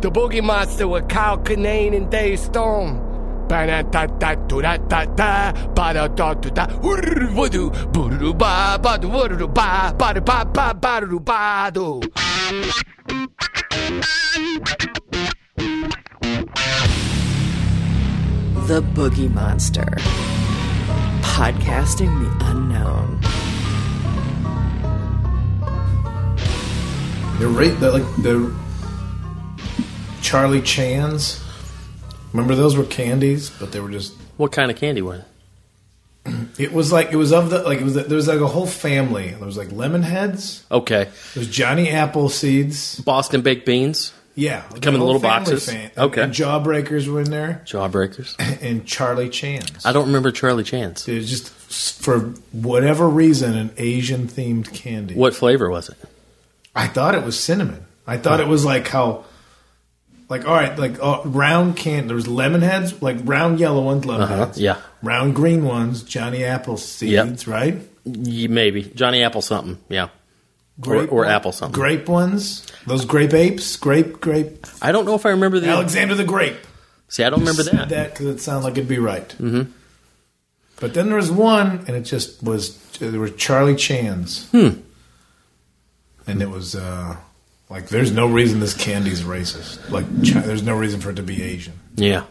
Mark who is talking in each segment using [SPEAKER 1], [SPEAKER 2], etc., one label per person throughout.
[SPEAKER 1] The Boogie Monster with Kyle Kinane and Dave Storm. Ba-da-da-da-do-da-da-da, ba-da-da-do-da, woo-doo-doo-woo-doo, boo-doo-doo-ba, ba-doo-woo-doo-doo-ba, ba-da-ba-ba, ba-doo-doo-ba-doo.
[SPEAKER 2] The Boogie Monster. Podcasting the unknown.
[SPEAKER 3] They're right. They're like the Charlie Chans. Remember those were candies, but they were just.
[SPEAKER 4] What kind of candy was it?
[SPEAKER 3] It was like it was of the like it was there was like a whole family. There was like lemon heads.
[SPEAKER 4] Okay.
[SPEAKER 3] There was Johnny Apple seeds.
[SPEAKER 4] Boston baked beans,
[SPEAKER 3] Yeah, like
[SPEAKER 4] come in
[SPEAKER 3] a whole
[SPEAKER 4] little
[SPEAKER 3] family
[SPEAKER 4] boxes.
[SPEAKER 3] fan-
[SPEAKER 4] Okay.
[SPEAKER 3] and Jawbreakers were in there,
[SPEAKER 4] jawbreakers.
[SPEAKER 3] and Charlie Chans.
[SPEAKER 4] I don't remember Charlie Chance.
[SPEAKER 3] It was just for whatever reason an Asian themed candy.
[SPEAKER 4] What flavor was it?
[SPEAKER 3] I thought it was cinnamon. I thought it was like how, like all right, like uh, round can. There was lemon heads, like round yellow ones, lemon
[SPEAKER 4] Uh-huh,
[SPEAKER 3] heads.
[SPEAKER 4] yeah.
[SPEAKER 3] round green ones, Johnny Apple seeds, right?
[SPEAKER 4] Ye- Maybe Johnny Apple something. Yeah.
[SPEAKER 3] Grape
[SPEAKER 4] or
[SPEAKER 3] one-
[SPEAKER 4] apple something.
[SPEAKER 3] Grape ones, those grape apes, grape grape.
[SPEAKER 4] I don't know if I remember the.
[SPEAKER 3] Alexander the Grape.
[SPEAKER 4] See, I don't remember
[SPEAKER 3] Said
[SPEAKER 4] that.
[SPEAKER 3] that because it sounded like it'd be right. Mm-hmm. But then there was one, and it just was. There were Charlie Chan's,
[SPEAKER 4] Hmm.
[SPEAKER 3] and it was uh, like, "There's no reason this candy's racist. Like, chi- there's no reason for it to be Asian."
[SPEAKER 4] Yeah.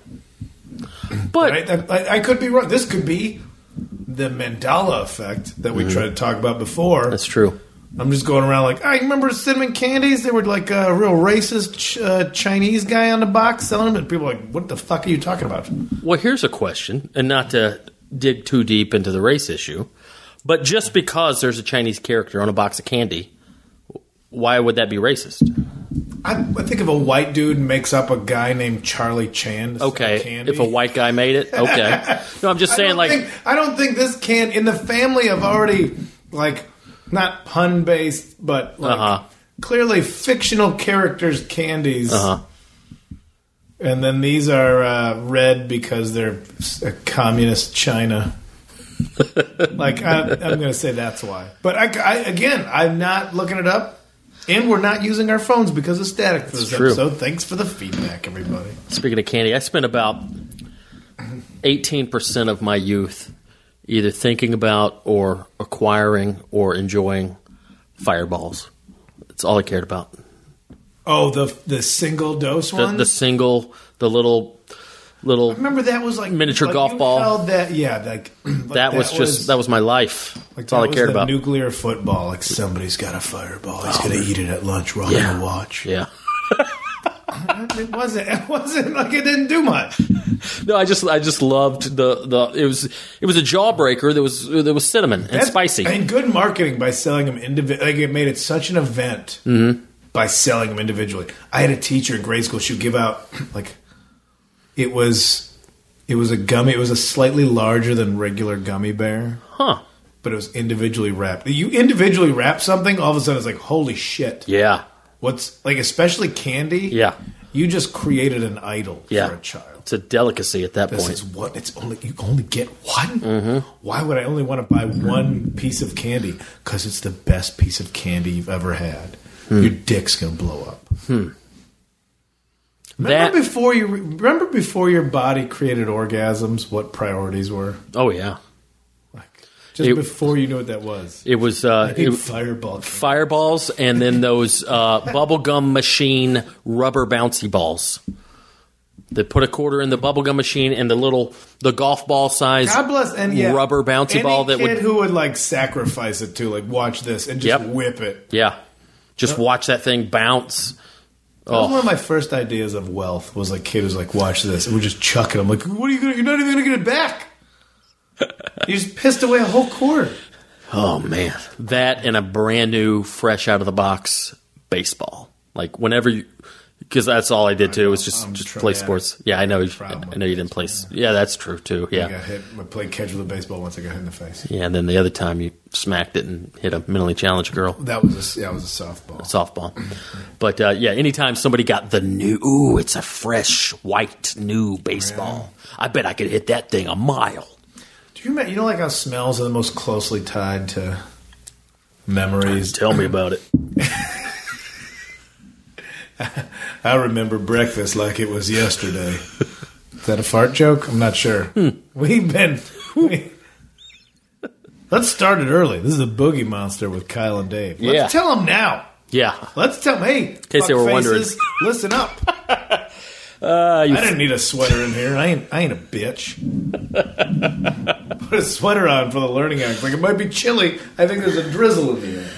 [SPEAKER 4] But
[SPEAKER 3] Right? That, I, I could be wrong. This could be the Mandela effect that we tried to talk about before.
[SPEAKER 4] Mm-hmm. that's true.
[SPEAKER 3] I'm just going around like, I remember cinnamon candies. They were like a real racist ch- uh, Chinese guy on the box selling them, and people were like, "What the fuck are you talking about?"
[SPEAKER 4] Well, here's a question, and not to dig too deep into the race issue, but just because there's a Chinese character on a box of candy, why would that be racist?
[SPEAKER 3] I, I think if a white dude makes up a guy named Charlie Chan, to sell
[SPEAKER 4] Okay,
[SPEAKER 3] candy,
[SPEAKER 4] if a white guy made it, okay. No, I'm just
[SPEAKER 3] I
[SPEAKER 4] saying,
[SPEAKER 3] don't
[SPEAKER 4] like,
[SPEAKER 3] think, I don't think this can in the family of already like not pun based, but like
[SPEAKER 4] Uh-huh.
[SPEAKER 3] clearly fictional characters candies,
[SPEAKER 4] uh,
[SPEAKER 3] and then these are uh, red because they're s- uh, communist China. like I, I'm going to say that's why, but I, I- again, I'm not looking it up. And we're not using our phones because of static for this
[SPEAKER 4] true.
[SPEAKER 3] episode. Thanks for the feedback, everybody.
[SPEAKER 4] speaking of candy, I spent about 18% of my youth either thinking about or acquiring or enjoying fireballs. That's all I cared about.
[SPEAKER 3] Oh, the the single dose
[SPEAKER 4] The,
[SPEAKER 3] one.
[SPEAKER 4] the single, the little, little.
[SPEAKER 3] Remember that was like
[SPEAKER 4] Miniature
[SPEAKER 3] like
[SPEAKER 4] golf
[SPEAKER 3] you
[SPEAKER 4] ball.
[SPEAKER 3] held That yeah, like, like
[SPEAKER 4] that, was just that was my life. That's all
[SPEAKER 3] that
[SPEAKER 4] I
[SPEAKER 3] was
[SPEAKER 4] cared
[SPEAKER 3] the
[SPEAKER 4] about. Oh.
[SPEAKER 3] Nuclear football. Like somebody's got a fireball. He's gonna eat it at lunch. We're all
[SPEAKER 4] Yeah.
[SPEAKER 3] gonna watch.
[SPEAKER 4] yeah.
[SPEAKER 3] It wasn't. It wasn't like it didn't do much.
[SPEAKER 4] No, I just I just loved the the it was it was a jawbreaker that was that was cinnamon and
[SPEAKER 3] That's-
[SPEAKER 4] spicy.
[SPEAKER 3] and good marketing by selling them individually. Like it made it such an event
[SPEAKER 4] Mm-hmm.
[SPEAKER 3] by selling them individually. I had a teacher in grade school. She would give out like it was. It was a gummy. It was a slightly larger than regular gummy bear.
[SPEAKER 4] huh.
[SPEAKER 3] but it was individually wrapped. You individually wrap something, all of a sudden it's like, holy shit.
[SPEAKER 4] Yeah.
[SPEAKER 3] What's like, especially candy?
[SPEAKER 4] Yeah.
[SPEAKER 3] You just created an idol
[SPEAKER 4] Yeah.
[SPEAKER 3] for a child.
[SPEAKER 4] It's a delicacy at that
[SPEAKER 3] This
[SPEAKER 4] point. Mm-hmm.
[SPEAKER 3] is what it's only you only get one. Why would I only want to buy one piece of candy? Because it's the best piece of candy you've ever had.
[SPEAKER 4] Hmm.
[SPEAKER 3] Your dick's gonna blow up.
[SPEAKER 4] that
[SPEAKER 3] Remember before you remember before your body created orgasms, what priorities were?
[SPEAKER 4] Oh yeah.
[SPEAKER 3] Like just
[SPEAKER 4] It-
[SPEAKER 3] before you knew what that was.
[SPEAKER 4] It was uh it,
[SPEAKER 3] Fireball. candy.
[SPEAKER 4] fireballs and then those uh bubblegum machine rubber bouncy balls. They put a quarter in the bubblegum machine and the little the golf ball size
[SPEAKER 3] God bless any yeah,
[SPEAKER 4] rubber bouncy
[SPEAKER 3] any
[SPEAKER 4] ball that
[SPEAKER 3] kid
[SPEAKER 4] would
[SPEAKER 3] who would like sacrifice it to like watch this and just
[SPEAKER 4] Yep.
[SPEAKER 3] whip it.
[SPEAKER 4] Yeah. Just watch that thing bounce.
[SPEAKER 3] That was
[SPEAKER 4] Oh.
[SPEAKER 3] one of my first ideas of wealth was like kid who's like watch this and we're just chucking. I'm like, what are you gonna? You're not even gonna get it back. you just pissed away a whole quarter.
[SPEAKER 4] Oh man, that and a brand new, fresh out of the box baseball. Like whenever you, because that's all I did too was just
[SPEAKER 3] I'm
[SPEAKER 4] just
[SPEAKER 3] trying
[SPEAKER 4] play
[SPEAKER 3] to-
[SPEAKER 4] sports. Yeah, I know. You,
[SPEAKER 3] Problem.
[SPEAKER 4] I know you didn't play. s- Yeah, that's true too. Yeah,
[SPEAKER 3] I got hit. I played catch with a baseball once. I got hit in the face.
[SPEAKER 4] yeah. And then the other time you smacked it and hit a mentally challenged girl
[SPEAKER 3] That was a, yeah, it was a softball.
[SPEAKER 4] softball. But uh, yeah, anytime somebody got the new, ooh, it's a fresh white new baseball. I bet I could hit that thing a mile.
[SPEAKER 3] Do you remember? You know, like how smells are the most closely tied to memories.
[SPEAKER 4] Tell me about it.
[SPEAKER 3] I remember breakfast like it was yesterday. Is that a fart joke? I'm not sure.
[SPEAKER 4] Hmm.
[SPEAKER 3] We've been. We, let's start it early. This is the Boogie Monster with Kyle and Dave. Let's
[SPEAKER 4] Yeah.
[SPEAKER 3] tell them now.
[SPEAKER 4] Yeah.
[SPEAKER 3] Let's tell them, hey, in
[SPEAKER 4] case they were wondering.
[SPEAKER 3] listen up. I didn't need a sweater in here. I ain't, I ain't a bitch. Put a sweater on for the learning act. Like, it might be chilly. I think there's a drizzle in the air.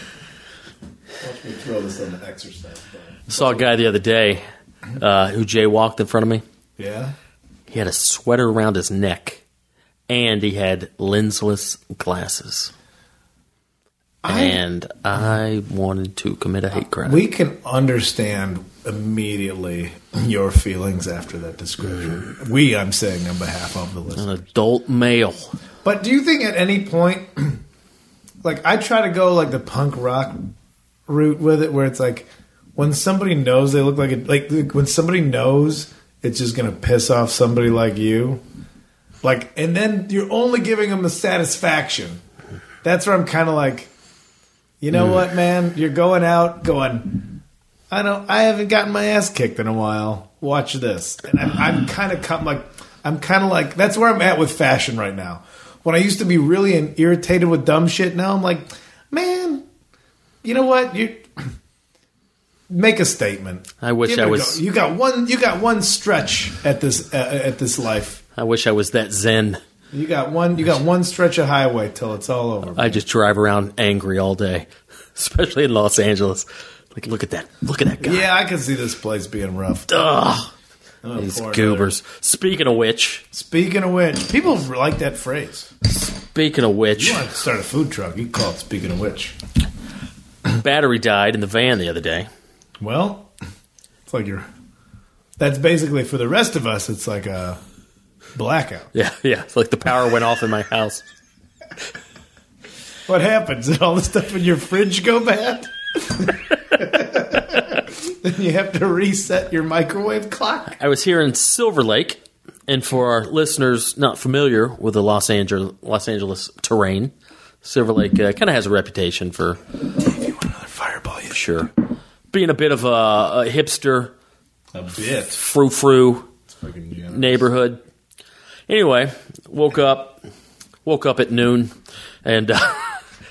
[SPEAKER 3] Watch me throw this on the exercise button.
[SPEAKER 4] Saw a guy the other day uh, who jaywalked in front of me.
[SPEAKER 3] Yeah?
[SPEAKER 4] He had a sweater around his neck, and he had lensless glasses. and I wanted to commit a hate crime.
[SPEAKER 3] We can understand immediately your feelings after that description. We, I'm saying, on behalf of the
[SPEAKER 4] An
[SPEAKER 3] listener.
[SPEAKER 4] adult male.
[SPEAKER 3] But do you think at any point, like, I try to go like the punk rock route with it, where it's like when somebody knows they look like a, like like, when somebody knows it's just gonna piss off somebody like you, like, and then you're only giving them the satisfaction. That's where I'm kind of like, you know what, man, you're going out going. I don't. I haven't gotten my ass kicked in a while. Watch this, and I'm, I'm kind of come like I'm kind of like that's where I'm at with fashion right now. When I used to be really in- irritated with dumb shit, now I'm like, man, you know what? You make a statement.
[SPEAKER 4] I wish
[SPEAKER 3] Give
[SPEAKER 4] I
[SPEAKER 3] it a
[SPEAKER 4] was-
[SPEAKER 3] go. You got one. You got one stretch at this uh, at this life.
[SPEAKER 4] I wish I was that zen.
[SPEAKER 3] You got one. You got one stretch of highway till it's all over.
[SPEAKER 4] I just drive around angry all day, especially in Los Angeles. Like, look at that. Look at that guy.
[SPEAKER 3] yeah, I can see this place being rough.
[SPEAKER 4] Ugh,
[SPEAKER 3] Oh,
[SPEAKER 4] these
[SPEAKER 3] poor
[SPEAKER 4] goobers. Speaking of which,
[SPEAKER 3] Speaking of which, people like that phrase.
[SPEAKER 4] speaking of which,
[SPEAKER 3] You want to start a food truck? You call it. Speaking of which,
[SPEAKER 4] battery died in the van the other day.
[SPEAKER 3] well, it's like you're. That's basically for the rest of us. It's like a blackout.
[SPEAKER 4] Yeah, yeah. It's like the power went off in my house.
[SPEAKER 3] What happens? Did all the stuff in your fridge go bad? then you have to reset your microwave clock.
[SPEAKER 4] I was here in Silver Lake, and for our listeners not familiar with the Los Angeles Los Angeles terrain, Silver Lake uh, kind of has a reputation for
[SPEAKER 3] Another fireball, you
[SPEAKER 4] sure being a bit of a, a hipster
[SPEAKER 3] a bit.
[SPEAKER 4] frou frou
[SPEAKER 3] Fucking generous.
[SPEAKER 4] neighborhood. Anyway, woke up, woke up at noon, and uh,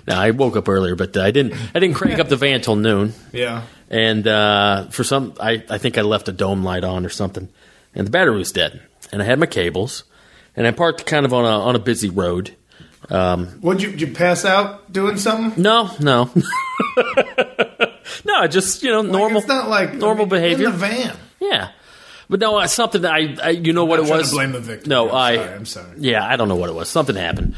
[SPEAKER 4] now I woke up earlier, but I didn't. I didn't crank up the van till noon,
[SPEAKER 3] Yeah.
[SPEAKER 4] and uh, for some, I, I think I left a dome light on or something, and the battery was dead, and I had my cables, and I parked kind of on a on a busy road.
[SPEAKER 3] Would you? Did you pass out doing something?
[SPEAKER 4] No, no, no, just you know normal.
[SPEAKER 3] It's not like
[SPEAKER 4] normal
[SPEAKER 3] I mean, you're
[SPEAKER 4] behavior.
[SPEAKER 3] in the van.
[SPEAKER 4] yeah, but no, uh, something that I, I you know what
[SPEAKER 3] I'm
[SPEAKER 4] it
[SPEAKER 3] trying
[SPEAKER 4] was.
[SPEAKER 3] to blame the victim.
[SPEAKER 4] No,
[SPEAKER 3] I'm
[SPEAKER 4] I-
[SPEAKER 3] Sorry, I'm sorry.
[SPEAKER 4] Yeah, I don't know what it was. Something happened.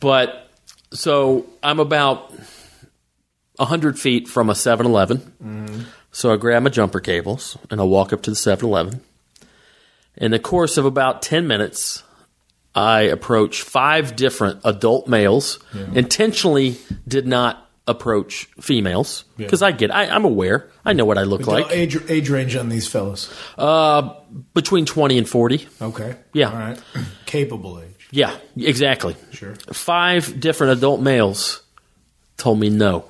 [SPEAKER 4] But so I'm about 100 feet from a 7 Eleven.
[SPEAKER 3] Mm-hmm.
[SPEAKER 4] So I grab my jumper cables and I walk up to the 7 Eleven. In the course of about 10 minutes, I approach five different adult males. Intentionally did not approach females because I get, I, I'm aware. I know what I look like.
[SPEAKER 3] age age range on these fellows.
[SPEAKER 4] Between 20 and 40.
[SPEAKER 3] Okay.
[SPEAKER 4] Yeah.
[SPEAKER 3] All right. Capable age.
[SPEAKER 4] Yeah, exactly.
[SPEAKER 3] Sure.
[SPEAKER 4] Five different adult males told me no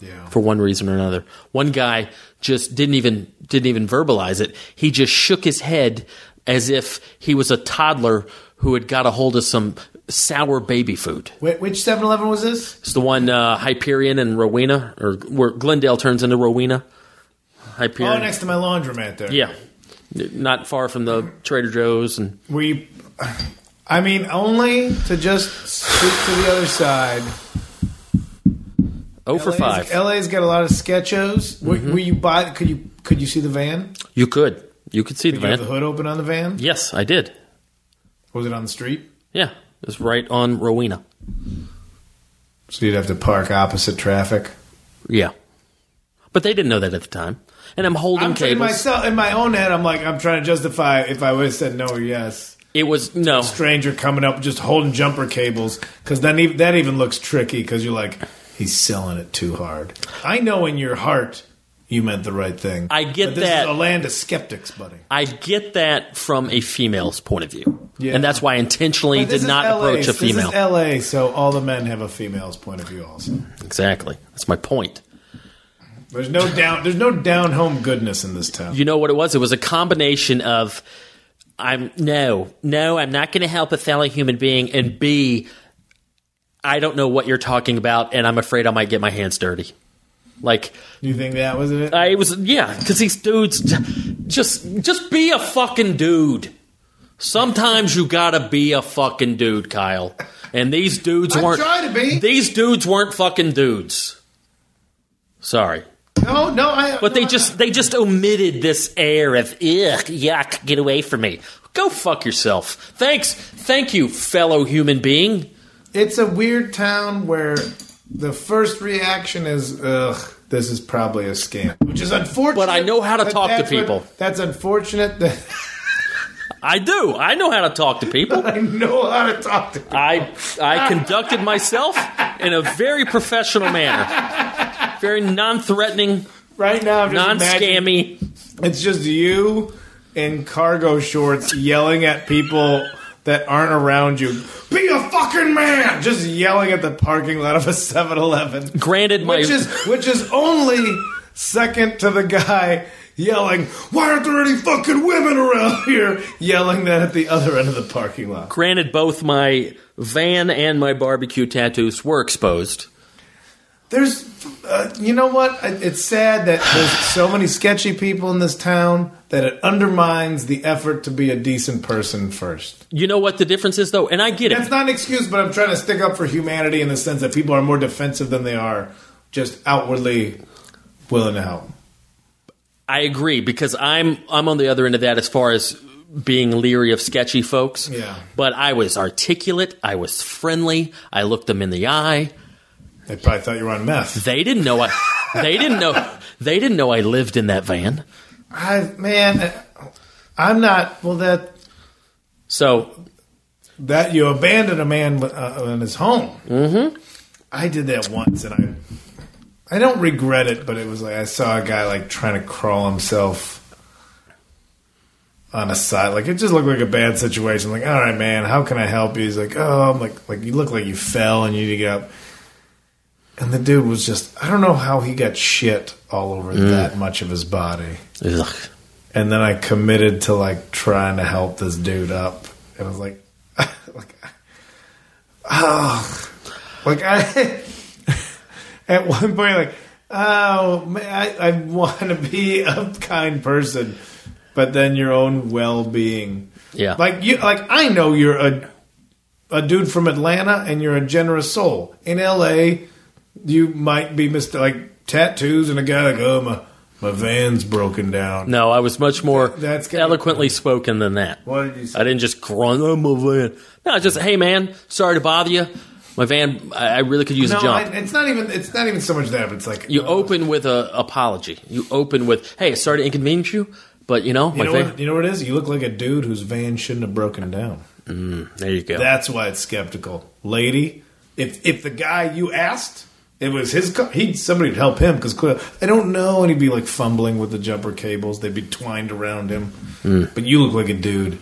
[SPEAKER 3] Yeah.
[SPEAKER 4] for one reason or another. One guy just didn't even didn't even verbalize it. He just shook his head as if he was a toddler who had got a hold of some sour baby food.
[SPEAKER 3] Wait, which 7-Eleven was this?
[SPEAKER 4] It's the one uh, Hyperion and Rowena, or where Glendale turns into Rowena.
[SPEAKER 3] Oh,
[SPEAKER 4] Hyperion.
[SPEAKER 3] next to my laundromat there.
[SPEAKER 4] yeah, not far from the Trader Joe's and
[SPEAKER 3] We I mean only to just speak to the other side.
[SPEAKER 4] oh for
[SPEAKER 3] LA's
[SPEAKER 4] five. Mm-hmm.
[SPEAKER 3] LA's got a lot of sketchos. Were, were you by could you could you see the van?
[SPEAKER 4] you could you could see the
[SPEAKER 3] Did you have the
[SPEAKER 4] van.
[SPEAKER 3] hood open on the van?
[SPEAKER 4] Yes, I did.
[SPEAKER 3] Was it on the street?
[SPEAKER 4] Yeah, it's right on Rowena.
[SPEAKER 3] So you'd have to park opposite traffic.
[SPEAKER 4] Yeah, but they didn't know that at the time. And I'm holding
[SPEAKER 3] I'm in
[SPEAKER 4] cables.
[SPEAKER 3] myself in my own head. I'm like I'm trying to justify if I would have said no or yes.
[SPEAKER 4] it was no.
[SPEAKER 3] stranger coming up just holding jumper cables because then even, that even looks tricky because you're like he's selling it too hard i know in your heart you meant the right thing
[SPEAKER 4] I get
[SPEAKER 3] but this
[SPEAKER 4] that.
[SPEAKER 3] is a land of skeptics buddy
[SPEAKER 4] I get that from a female's point of view,
[SPEAKER 3] Yeah.
[SPEAKER 4] and that's why I intentionally
[SPEAKER 3] But this
[SPEAKER 4] did
[SPEAKER 3] is
[SPEAKER 4] not
[SPEAKER 3] LA.
[SPEAKER 4] approach a female.
[SPEAKER 3] This is LA, so all the men have a female's point of view. Also,
[SPEAKER 4] exactly, that's my point.
[SPEAKER 3] There's no down. There's no down home goodness in this town.
[SPEAKER 4] You know what it was? It was a combination of I'm no, no, I'm not going to help a fellow human being, and B, I don't know what you're talking about, and I'm afraid I might get my hands dirty. Like
[SPEAKER 3] You think that was it?
[SPEAKER 4] I was, yeah, because these dudes just just be a fucking dude. Sometimes you gotta be a fucking dude, Kyle. And these dudes
[SPEAKER 3] I
[SPEAKER 4] weren't.
[SPEAKER 3] try to be.
[SPEAKER 4] These dudes weren't fucking dudes. Sorry.
[SPEAKER 3] no, no. I,
[SPEAKER 4] But they just they just omitted this air of ugh, yuck, get away from me. Go fuck yourself. Thanks, thank you, fellow human being.
[SPEAKER 3] It's a weird town where the first reaction is, "Ugh, this is probably a scam," which is unfortunate.
[SPEAKER 4] But I know how to talk to
[SPEAKER 3] that's what-
[SPEAKER 4] people.
[SPEAKER 3] that's unfortunate. That
[SPEAKER 4] I do. I know how to talk to people.
[SPEAKER 3] I know how to talk to. People.
[SPEAKER 4] I I conducted myself in a very professional manner, very non-threatening,
[SPEAKER 3] Right now, I'm just imagining-
[SPEAKER 4] non-scammy.
[SPEAKER 3] It's just you in cargo shorts yelling at people that aren't around you. Be a fucking man! Just yelling at the parking lot of a 7-Eleven.
[SPEAKER 4] Granted, my
[SPEAKER 3] Which is which is only second to the guy yelling, "Why aren't there any fucking women around here?" Yelling that at the other end of the parking lot.
[SPEAKER 4] granted both my van and my barbecue tattoos were exposed.
[SPEAKER 3] There's, uh, you know what? I- It's sad that there's so many sketchy people in this town that it undermines the effort to be a decent person first.
[SPEAKER 4] You know what the difference is, though, and I get it.
[SPEAKER 3] That's not an excuse, but I'm trying to stick up for humanity in the sense that people are more defensive than they are just outwardly willing to help.
[SPEAKER 4] I agree because I'm I'm on the other end of that as far as being leery of sketchy folks.
[SPEAKER 3] Yeah.
[SPEAKER 4] But I was articulate. I was friendly. I looked them in the eye.
[SPEAKER 3] They probably thought you were on meth.
[SPEAKER 4] They didn't know I. they didn't know. They didn't know I lived in that van.
[SPEAKER 3] I man, I'm not. Well, that
[SPEAKER 4] So
[SPEAKER 3] that you abandon a man uh, in his home. Mm-hmm. I did that once, and I I don't regret it, but it was like I saw a guy like trying to crawl himself on a side. Like it just looked like a bad situation. Like, all right, man, how can I help you? He's like, oh, I'm like, like you look like you fell and you need to get up. And the dude was just, I don't know how he got shit all over that much of his body
[SPEAKER 4] ugh.
[SPEAKER 3] and then I committed to like trying to help this dude up, and I was like, like, oh, like I at one point like, oh, man, I, I want to be a kind person, but then your own well being,
[SPEAKER 4] Yeah.
[SPEAKER 3] like you, like I know you're a a dude from Atlanta and you're a generous soul in L.A you might be mist- like tattoos and a guy like, oh my, my van's broken down.
[SPEAKER 4] no, I was much more
[SPEAKER 3] That's gotta-
[SPEAKER 4] eloquently spoken than that.
[SPEAKER 3] What did you say?
[SPEAKER 4] I didn't just grunt. I'm a van. No, just hey man, sorry to bother you. My van, I I really could use
[SPEAKER 3] no,
[SPEAKER 4] a jump.
[SPEAKER 3] I, it's not even it's not even so much that, but it's like
[SPEAKER 4] You open with a apology. You open with, "Hey, sorry to inconvenience you, but you know,
[SPEAKER 3] You
[SPEAKER 4] my
[SPEAKER 3] know,
[SPEAKER 4] thing."
[SPEAKER 3] what, you know what it is? You look like a dude whose van shouldn't have broken down.
[SPEAKER 4] Mm, There you go.
[SPEAKER 3] That's why it's skeptical, lady. If if the guy you asked, it was his car. He'd somebody'd help him because clearly I don't know, and he'd be like fumbling with the jumper cables. They'd be twined around him.
[SPEAKER 4] Hmm.
[SPEAKER 3] But you look like a dude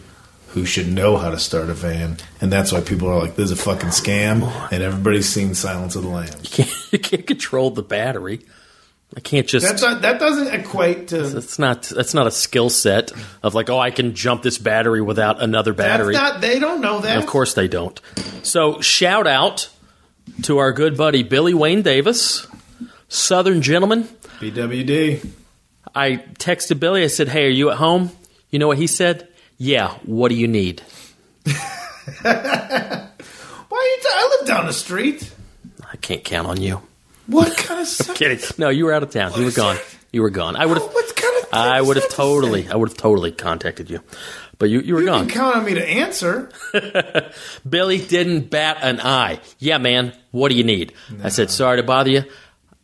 [SPEAKER 3] who should know how to start a van, and that's why people are like, "This is a fucking scam," and everybody's seen Silence of the Lambs.
[SPEAKER 4] you, can't, you can't control the battery. I can't just.
[SPEAKER 3] That's not, that doesn't equate to.
[SPEAKER 4] that's not. That's not a skill set of like, oh, I can jump this battery without another
[SPEAKER 3] That's
[SPEAKER 4] battery.
[SPEAKER 3] not. They don't know that.
[SPEAKER 4] of course they don't. So shout out to our good buddy Billy Wayne Davis, Southern gentleman.
[SPEAKER 3] BWD.
[SPEAKER 4] I texted Billy. I said, "Hey, are you at home?" You know what he said? Yeah. What do you need?
[SPEAKER 3] Why are you? T- I live down the street.
[SPEAKER 4] I can't count on you.
[SPEAKER 3] What kind of? Sex-
[SPEAKER 4] Kidding. No, you were out of town. You were gone. You were gone. I would have.
[SPEAKER 3] What kind of?
[SPEAKER 4] I would have
[SPEAKER 3] sex is that?
[SPEAKER 4] totally. I would have totally contacted you, but you you were
[SPEAKER 3] You
[SPEAKER 4] gone.
[SPEAKER 3] can count on me to answer.
[SPEAKER 4] Billy didn't bat an eye. Yeah, man. What do you need? I said, sorry to bother you.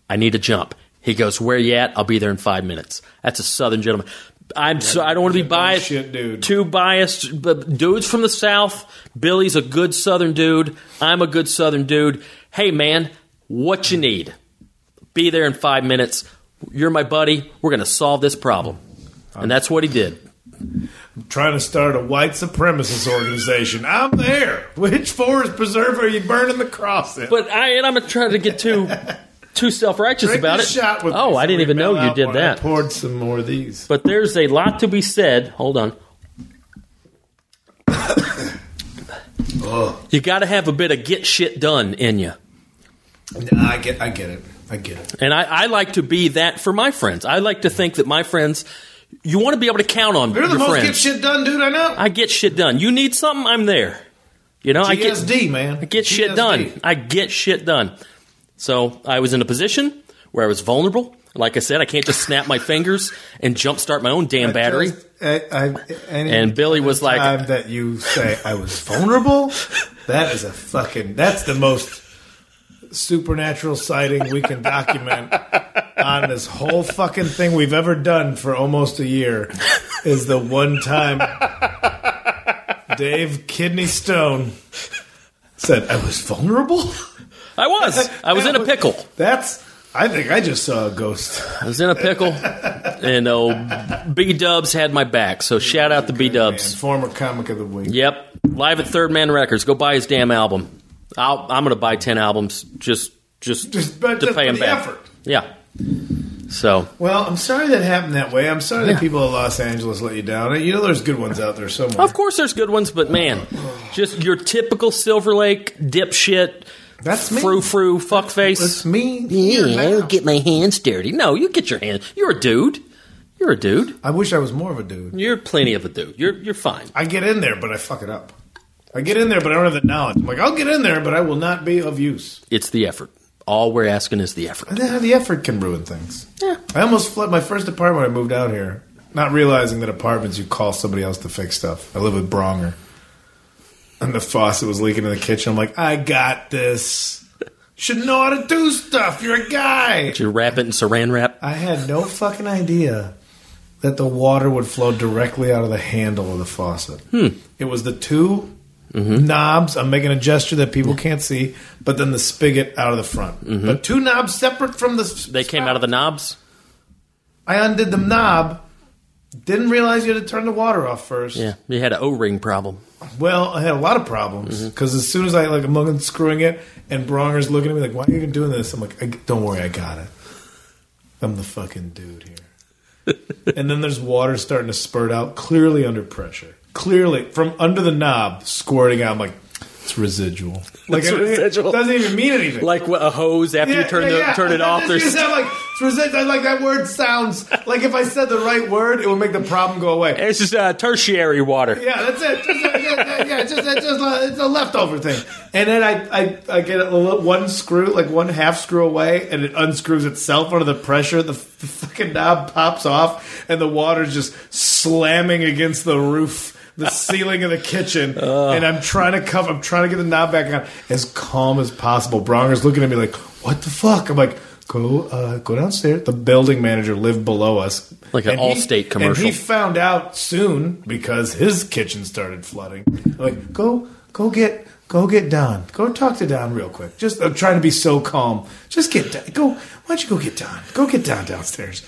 [SPEAKER 4] I need a jump. He goes, where you at? I'll be there in five minutes. That's a southern gentleman. I'm so I don't want to be biased.
[SPEAKER 3] shit dude.
[SPEAKER 4] Too biased. But dudes from the south. Billy's a good southern dude. I'm a good southern dude. Hey, man, what you need? Be there in five minutes. You're my buddy. We're gonna solve this problem. And that's what he did.
[SPEAKER 3] Trying to start a white supremacist organization. I'm there. Which forest preserve are you burning the cross in?
[SPEAKER 4] But I and I'm not trying to get too too self righteous
[SPEAKER 3] Drink
[SPEAKER 4] about
[SPEAKER 3] a
[SPEAKER 4] it.
[SPEAKER 3] shot with
[SPEAKER 4] oh,
[SPEAKER 3] me
[SPEAKER 4] I
[SPEAKER 3] so
[SPEAKER 4] didn't
[SPEAKER 3] we
[SPEAKER 4] even know
[SPEAKER 3] bail
[SPEAKER 4] you
[SPEAKER 3] out
[SPEAKER 4] did
[SPEAKER 3] more. I
[SPEAKER 4] that.
[SPEAKER 3] poured some more of these.
[SPEAKER 4] But there's a lot to be said. Hold on. you got to have a bit of get shit done in you.
[SPEAKER 3] Nah, I get, I get it. I get it.
[SPEAKER 4] And I, I like to be that for my friends. I like to think that my friends, you want to be able to count on
[SPEAKER 3] You're the
[SPEAKER 4] your
[SPEAKER 3] most
[SPEAKER 4] friends.
[SPEAKER 3] get shit done dude I know.
[SPEAKER 4] I get shit done. You need something, I'm there. You know, I get
[SPEAKER 3] GSD, man.
[SPEAKER 4] I get shit
[SPEAKER 3] GSD.
[SPEAKER 4] done. I get shit done. So I was in a position where I was vulnerable. Like I said, I can't just snap my fingers and jumpstart my own damn battery.
[SPEAKER 3] I, I, any
[SPEAKER 4] And Billy was like-
[SPEAKER 3] time that you say I was vulnerable. That is a fucking. That's the most supernatural sighting we can document on this whole fucking thing we've ever done for almost a year. Is the one time Dave Kidney Stone said I was vulnerable.
[SPEAKER 4] I was. I was in a pickle.
[SPEAKER 3] That's. I think I just saw a ghost.
[SPEAKER 4] I was in a pickle. And oh, B Dubs had my back. So shout out to B Dubs.
[SPEAKER 3] Man, former comic of the week.
[SPEAKER 4] Yep. Live at Third Man Records. Go buy his damn album. I'll, I'm going to buy 10 albums just just,
[SPEAKER 3] Just- but
[SPEAKER 4] to
[SPEAKER 3] just
[SPEAKER 4] pay
[SPEAKER 3] for
[SPEAKER 4] him
[SPEAKER 3] the
[SPEAKER 4] back.
[SPEAKER 3] effort.
[SPEAKER 4] Yeah. So,
[SPEAKER 3] Well, I'm sorry that happened that way. I'm sorry
[SPEAKER 4] Yeah.
[SPEAKER 3] that people of Los Angeles let you down. You know, there's good ones out there somewhere.
[SPEAKER 4] of course there's good ones, but man, just your typical Silver Lake dipshit,
[SPEAKER 3] That's me.
[SPEAKER 4] frou frou
[SPEAKER 3] It's
[SPEAKER 4] fuckface.
[SPEAKER 3] me. here now.
[SPEAKER 4] get my hands dirty. No, you get your hands. You're a dude. You're a dude.
[SPEAKER 3] I wish I was more of a dude.
[SPEAKER 4] You're plenty of a dude. You're you're fine.
[SPEAKER 3] I get in there, but I fuck it up. I get in there, but I don't have the knowledge. I'm like, I'll get in there, but I will not be of use.
[SPEAKER 4] It's the effort. All we're asking is the effort.
[SPEAKER 3] And then the effort can ruin things. Yeah. I almost fled my first apartment when I moved out here, not realizing that apartments you call somebody else to fix stuff. I live with Bronger. And the faucet was leaking in the kitchen. I'm like, I got this. Should know how to do stuff. You're a guy.
[SPEAKER 4] You wrap it in saran wrap.
[SPEAKER 3] I had no fucking idea that the water would flow directly out of the handle of the faucet.
[SPEAKER 4] Hmm.
[SPEAKER 3] It was the 2
[SPEAKER 4] Mm-hmm.
[SPEAKER 3] knobs. I'm making a gesture that people can't see, but then the spigot out of the front. But two knobs separate from the. s-
[SPEAKER 4] Mm-hmm. They came out of the knobs.
[SPEAKER 3] I undid the knob. Didn't realize you had to turn the water off first.
[SPEAKER 4] Yeah, you had an O-ring problem.
[SPEAKER 3] Well, I had a lot of problems
[SPEAKER 4] Mm-hmm.
[SPEAKER 3] because as soon as I like I'm unscrewing it, and Bronger's looking at me like, "Why are you even doing this?" I'm like, I, "Don't worry, I got it. I'm the fucking dude here." and then there's water starting to spurt out, clearly under pressure, clearly from under the knob, squirting out. I'm like, "It's residual." Like
[SPEAKER 4] It's
[SPEAKER 3] it-
[SPEAKER 4] residual.
[SPEAKER 3] It doesn't even mean anything.
[SPEAKER 4] Like what, a hose after you turn the, turn it
[SPEAKER 3] I
[SPEAKER 4] off.
[SPEAKER 3] just
[SPEAKER 4] There's
[SPEAKER 3] use that, like, it's residual. like that word sounds like if I said the right word, it would make the problem go away.
[SPEAKER 4] it's just uh, tertiary water.
[SPEAKER 3] Yeah, that's it. Just, uh, yeah, yeah, just, just, just it's a leftover thing. And then I, I, I get a little, one screw, like one half screw away, and it unscrews itself under the pressure. The, f- the fucking knob pops off, and the water's just slamming against the roof. The ceiling of the kitchen, and I'm trying to cover. I'm trying to get the knob back on as calm as possible. Bronger's looking at me like, "What the fuck?" I'm like, "Go, uh, go downstairs." The building manager lived below us,
[SPEAKER 4] Like an
[SPEAKER 3] And he-
[SPEAKER 4] Allstate
[SPEAKER 3] and he
[SPEAKER 4] commercial.
[SPEAKER 3] found out soon because his kitchen started flooding. I'm like, go, go get, go get Don. Go talk to Don real quick. Just I'm trying to be so calm. Just get Don. Go. Why don't you go get Don? Go get Don downstairs.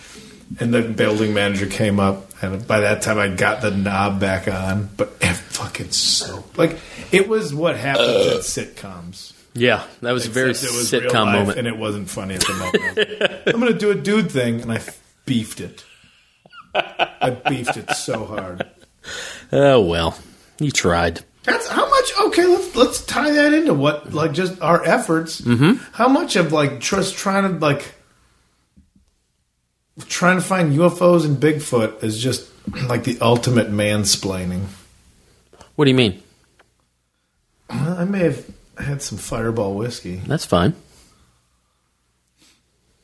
[SPEAKER 3] And the building manager came up, and by that time I got the knob back on. But it fucking soaked. Like it was what happens at sitcoms.
[SPEAKER 4] Yeah, that was a very
[SPEAKER 3] Except real
[SPEAKER 4] sitcom
[SPEAKER 3] life,
[SPEAKER 4] moment.
[SPEAKER 3] and it wasn't funny at the moment. I'm gonna do a dude thing, and I beefed it. I beefed it so hard.
[SPEAKER 4] oh well, you tried.
[SPEAKER 3] That's how much. Okay, let's let's tie that into what like just our efforts. Mm-hmm. How much of like just trying to like trying to find UFOs and Bigfoot is just like the ultimate mansplaining.
[SPEAKER 4] What do you mean?
[SPEAKER 3] Well, I may have had some Fireball whiskey,
[SPEAKER 4] That's fine.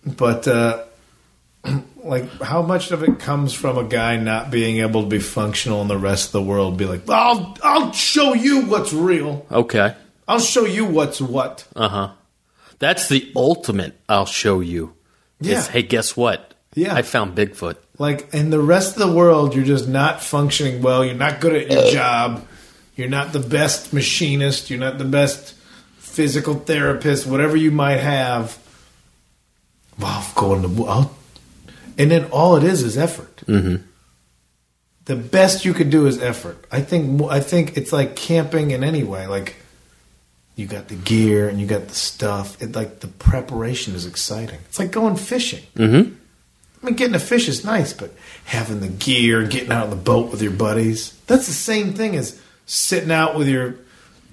[SPEAKER 3] but uh, like how much of it comes from a guy not being able to be functional in the rest of the world? Be like, I'll I'll show you what's real.
[SPEAKER 4] Okay.
[SPEAKER 3] I'll show you what's what.
[SPEAKER 4] Uh huh. That's the ultimate. I'll show you. is,
[SPEAKER 3] Yeah.
[SPEAKER 4] hey, guess what?
[SPEAKER 3] Yeah.
[SPEAKER 4] I found Bigfoot.
[SPEAKER 3] Like in the rest of the world, you're just not functioning well. You're not good at your job. You're not the best machinist. You're not the best physical therapist. Whatever you might have, well, I'm going to. I'll, and then all it is is effort. Mm-hmm. The best you could do is effort. I think. mo- I think it's like camping in any way. Like You got the gear and you got the stuff. It like the preparation is exciting. It's like going fishing.
[SPEAKER 4] Mm-hmm.
[SPEAKER 3] I mean, getting a fish is nice, but having the gear, getting out on the boat with your buddies, that's the same thing as sitting out with your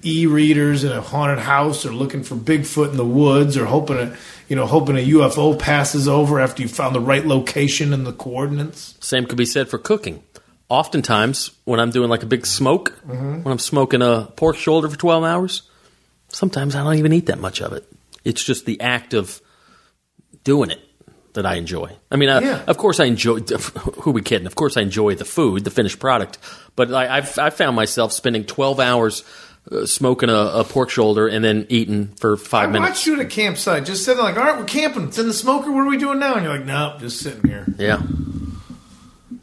[SPEAKER 3] e readers in a haunted house or looking for Bigfoot in the woods or hoping a, you know, hoping a UFO passes over after you found the right location and the coordinates.
[SPEAKER 4] Same could be said for cooking. Oftentimes, when I'm doing like a big smoke,
[SPEAKER 3] Mm-hmm.
[SPEAKER 4] when I'm smoking a pork shoulder for 12 hours, sometimes I don't even eat that much of it. It's just the act of doing it that I enjoy. I mean, I,
[SPEAKER 3] Yeah.
[SPEAKER 4] of course I enjoy, who we kidding? Of course I enjoy the food, the finished product, but I, I've, i found myself spending 12 hours uh, smoking a, a pork shoulder and then eating for five
[SPEAKER 3] I
[SPEAKER 4] minutes.
[SPEAKER 3] watched you at a campsite, just sitting like, all right, we're camping. It's in the smoker. What are we doing now? And you're like, nope, just sitting here.
[SPEAKER 4] Yeah.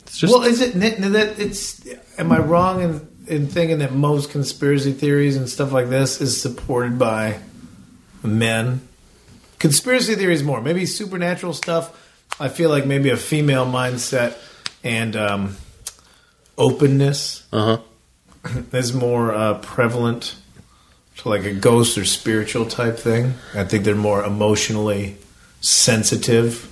[SPEAKER 4] It's just,
[SPEAKER 3] well, is it n- that it's? Am I wrong in in thinking that most conspiracy theories and stuff like this is supported by men? Conspiracy theories more, maybe supernatural stuff. I feel like maybe a female mindset and um, openness
[SPEAKER 4] uh huh.
[SPEAKER 3] is more uh, prevalent to like a ghost or spiritual type thing. I think they're more emotionally sensitive.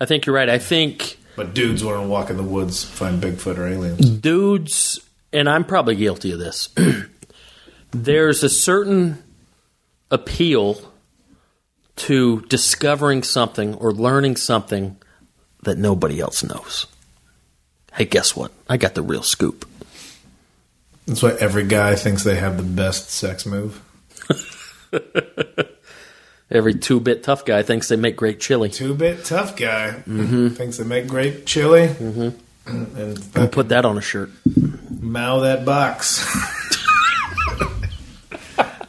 [SPEAKER 4] I think you're right. I think.
[SPEAKER 3] But dudes want to walk in the woods, find Bigfoot or aliens.
[SPEAKER 4] dudes, and I'm probably guilty of this. there's a certain appeal to discovering something or learning something that nobody else knows. Hey, guess what? I got the real scoop.
[SPEAKER 3] That's why every guy thinks they have the best sex move.
[SPEAKER 4] Every two bit tough guy thinks they make great chili.
[SPEAKER 3] Two bit tough guy thinks they make great chili and
[SPEAKER 4] We'll put that on a shirt.
[SPEAKER 3] mow that box.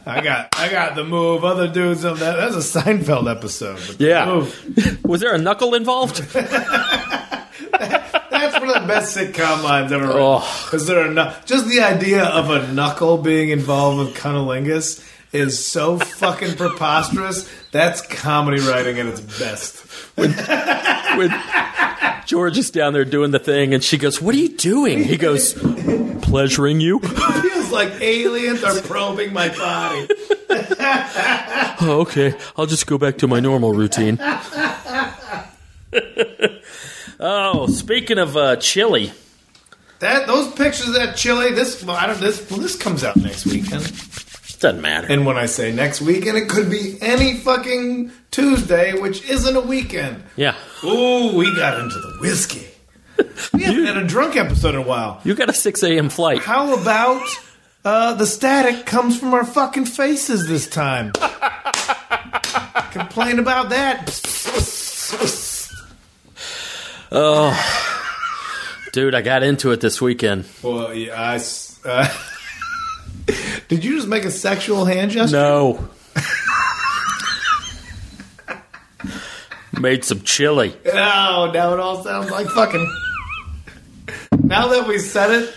[SPEAKER 3] I got I got the move. Other dudes of that. That's a Seinfeld episode. but the move-
[SPEAKER 4] Was there a knuckle involved?
[SPEAKER 3] that's one of the best sitcom lines ever.
[SPEAKER 4] Oh.
[SPEAKER 3] Because there are no, just the idea of a knuckle being involved with cunnilingus is so fucking preposterous. That's comedy writing at its best.
[SPEAKER 4] When George is down there doing the thing, and she goes, What are you doing? He goes, Pleasuring you.
[SPEAKER 3] feels like aliens are probing my body.
[SPEAKER 4] Oh, okay. I'll just go back to my normal routine. oh, speaking of uh, chili,
[SPEAKER 3] That those pictures of that chili. This well, I don't. This well, this comes out next weekend.
[SPEAKER 4] doesn't matter.
[SPEAKER 3] And when I say next weekend, it could be any fucking Tuesday, which isn't a weekend.
[SPEAKER 4] Yeah,
[SPEAKER 3] Ooh, we got into the whiskey. We haven't had a drunk episode in a while.
[SPEAKER 4] you got a six a.m. flight.
[SPEAKER 3] How about uh, the static comes from our fucking faces this time? Complain about that.
[SPEAKER 4] Dude, I got into it this weekend.
[SPEAKER 3] Well, yeah, I. s- Uh, did you just make a sexual hand gesture?
[SPEAKER 4] No. Made some chili.
[SPEAKER 3] No, now it all sounds like fucking. now that we said it,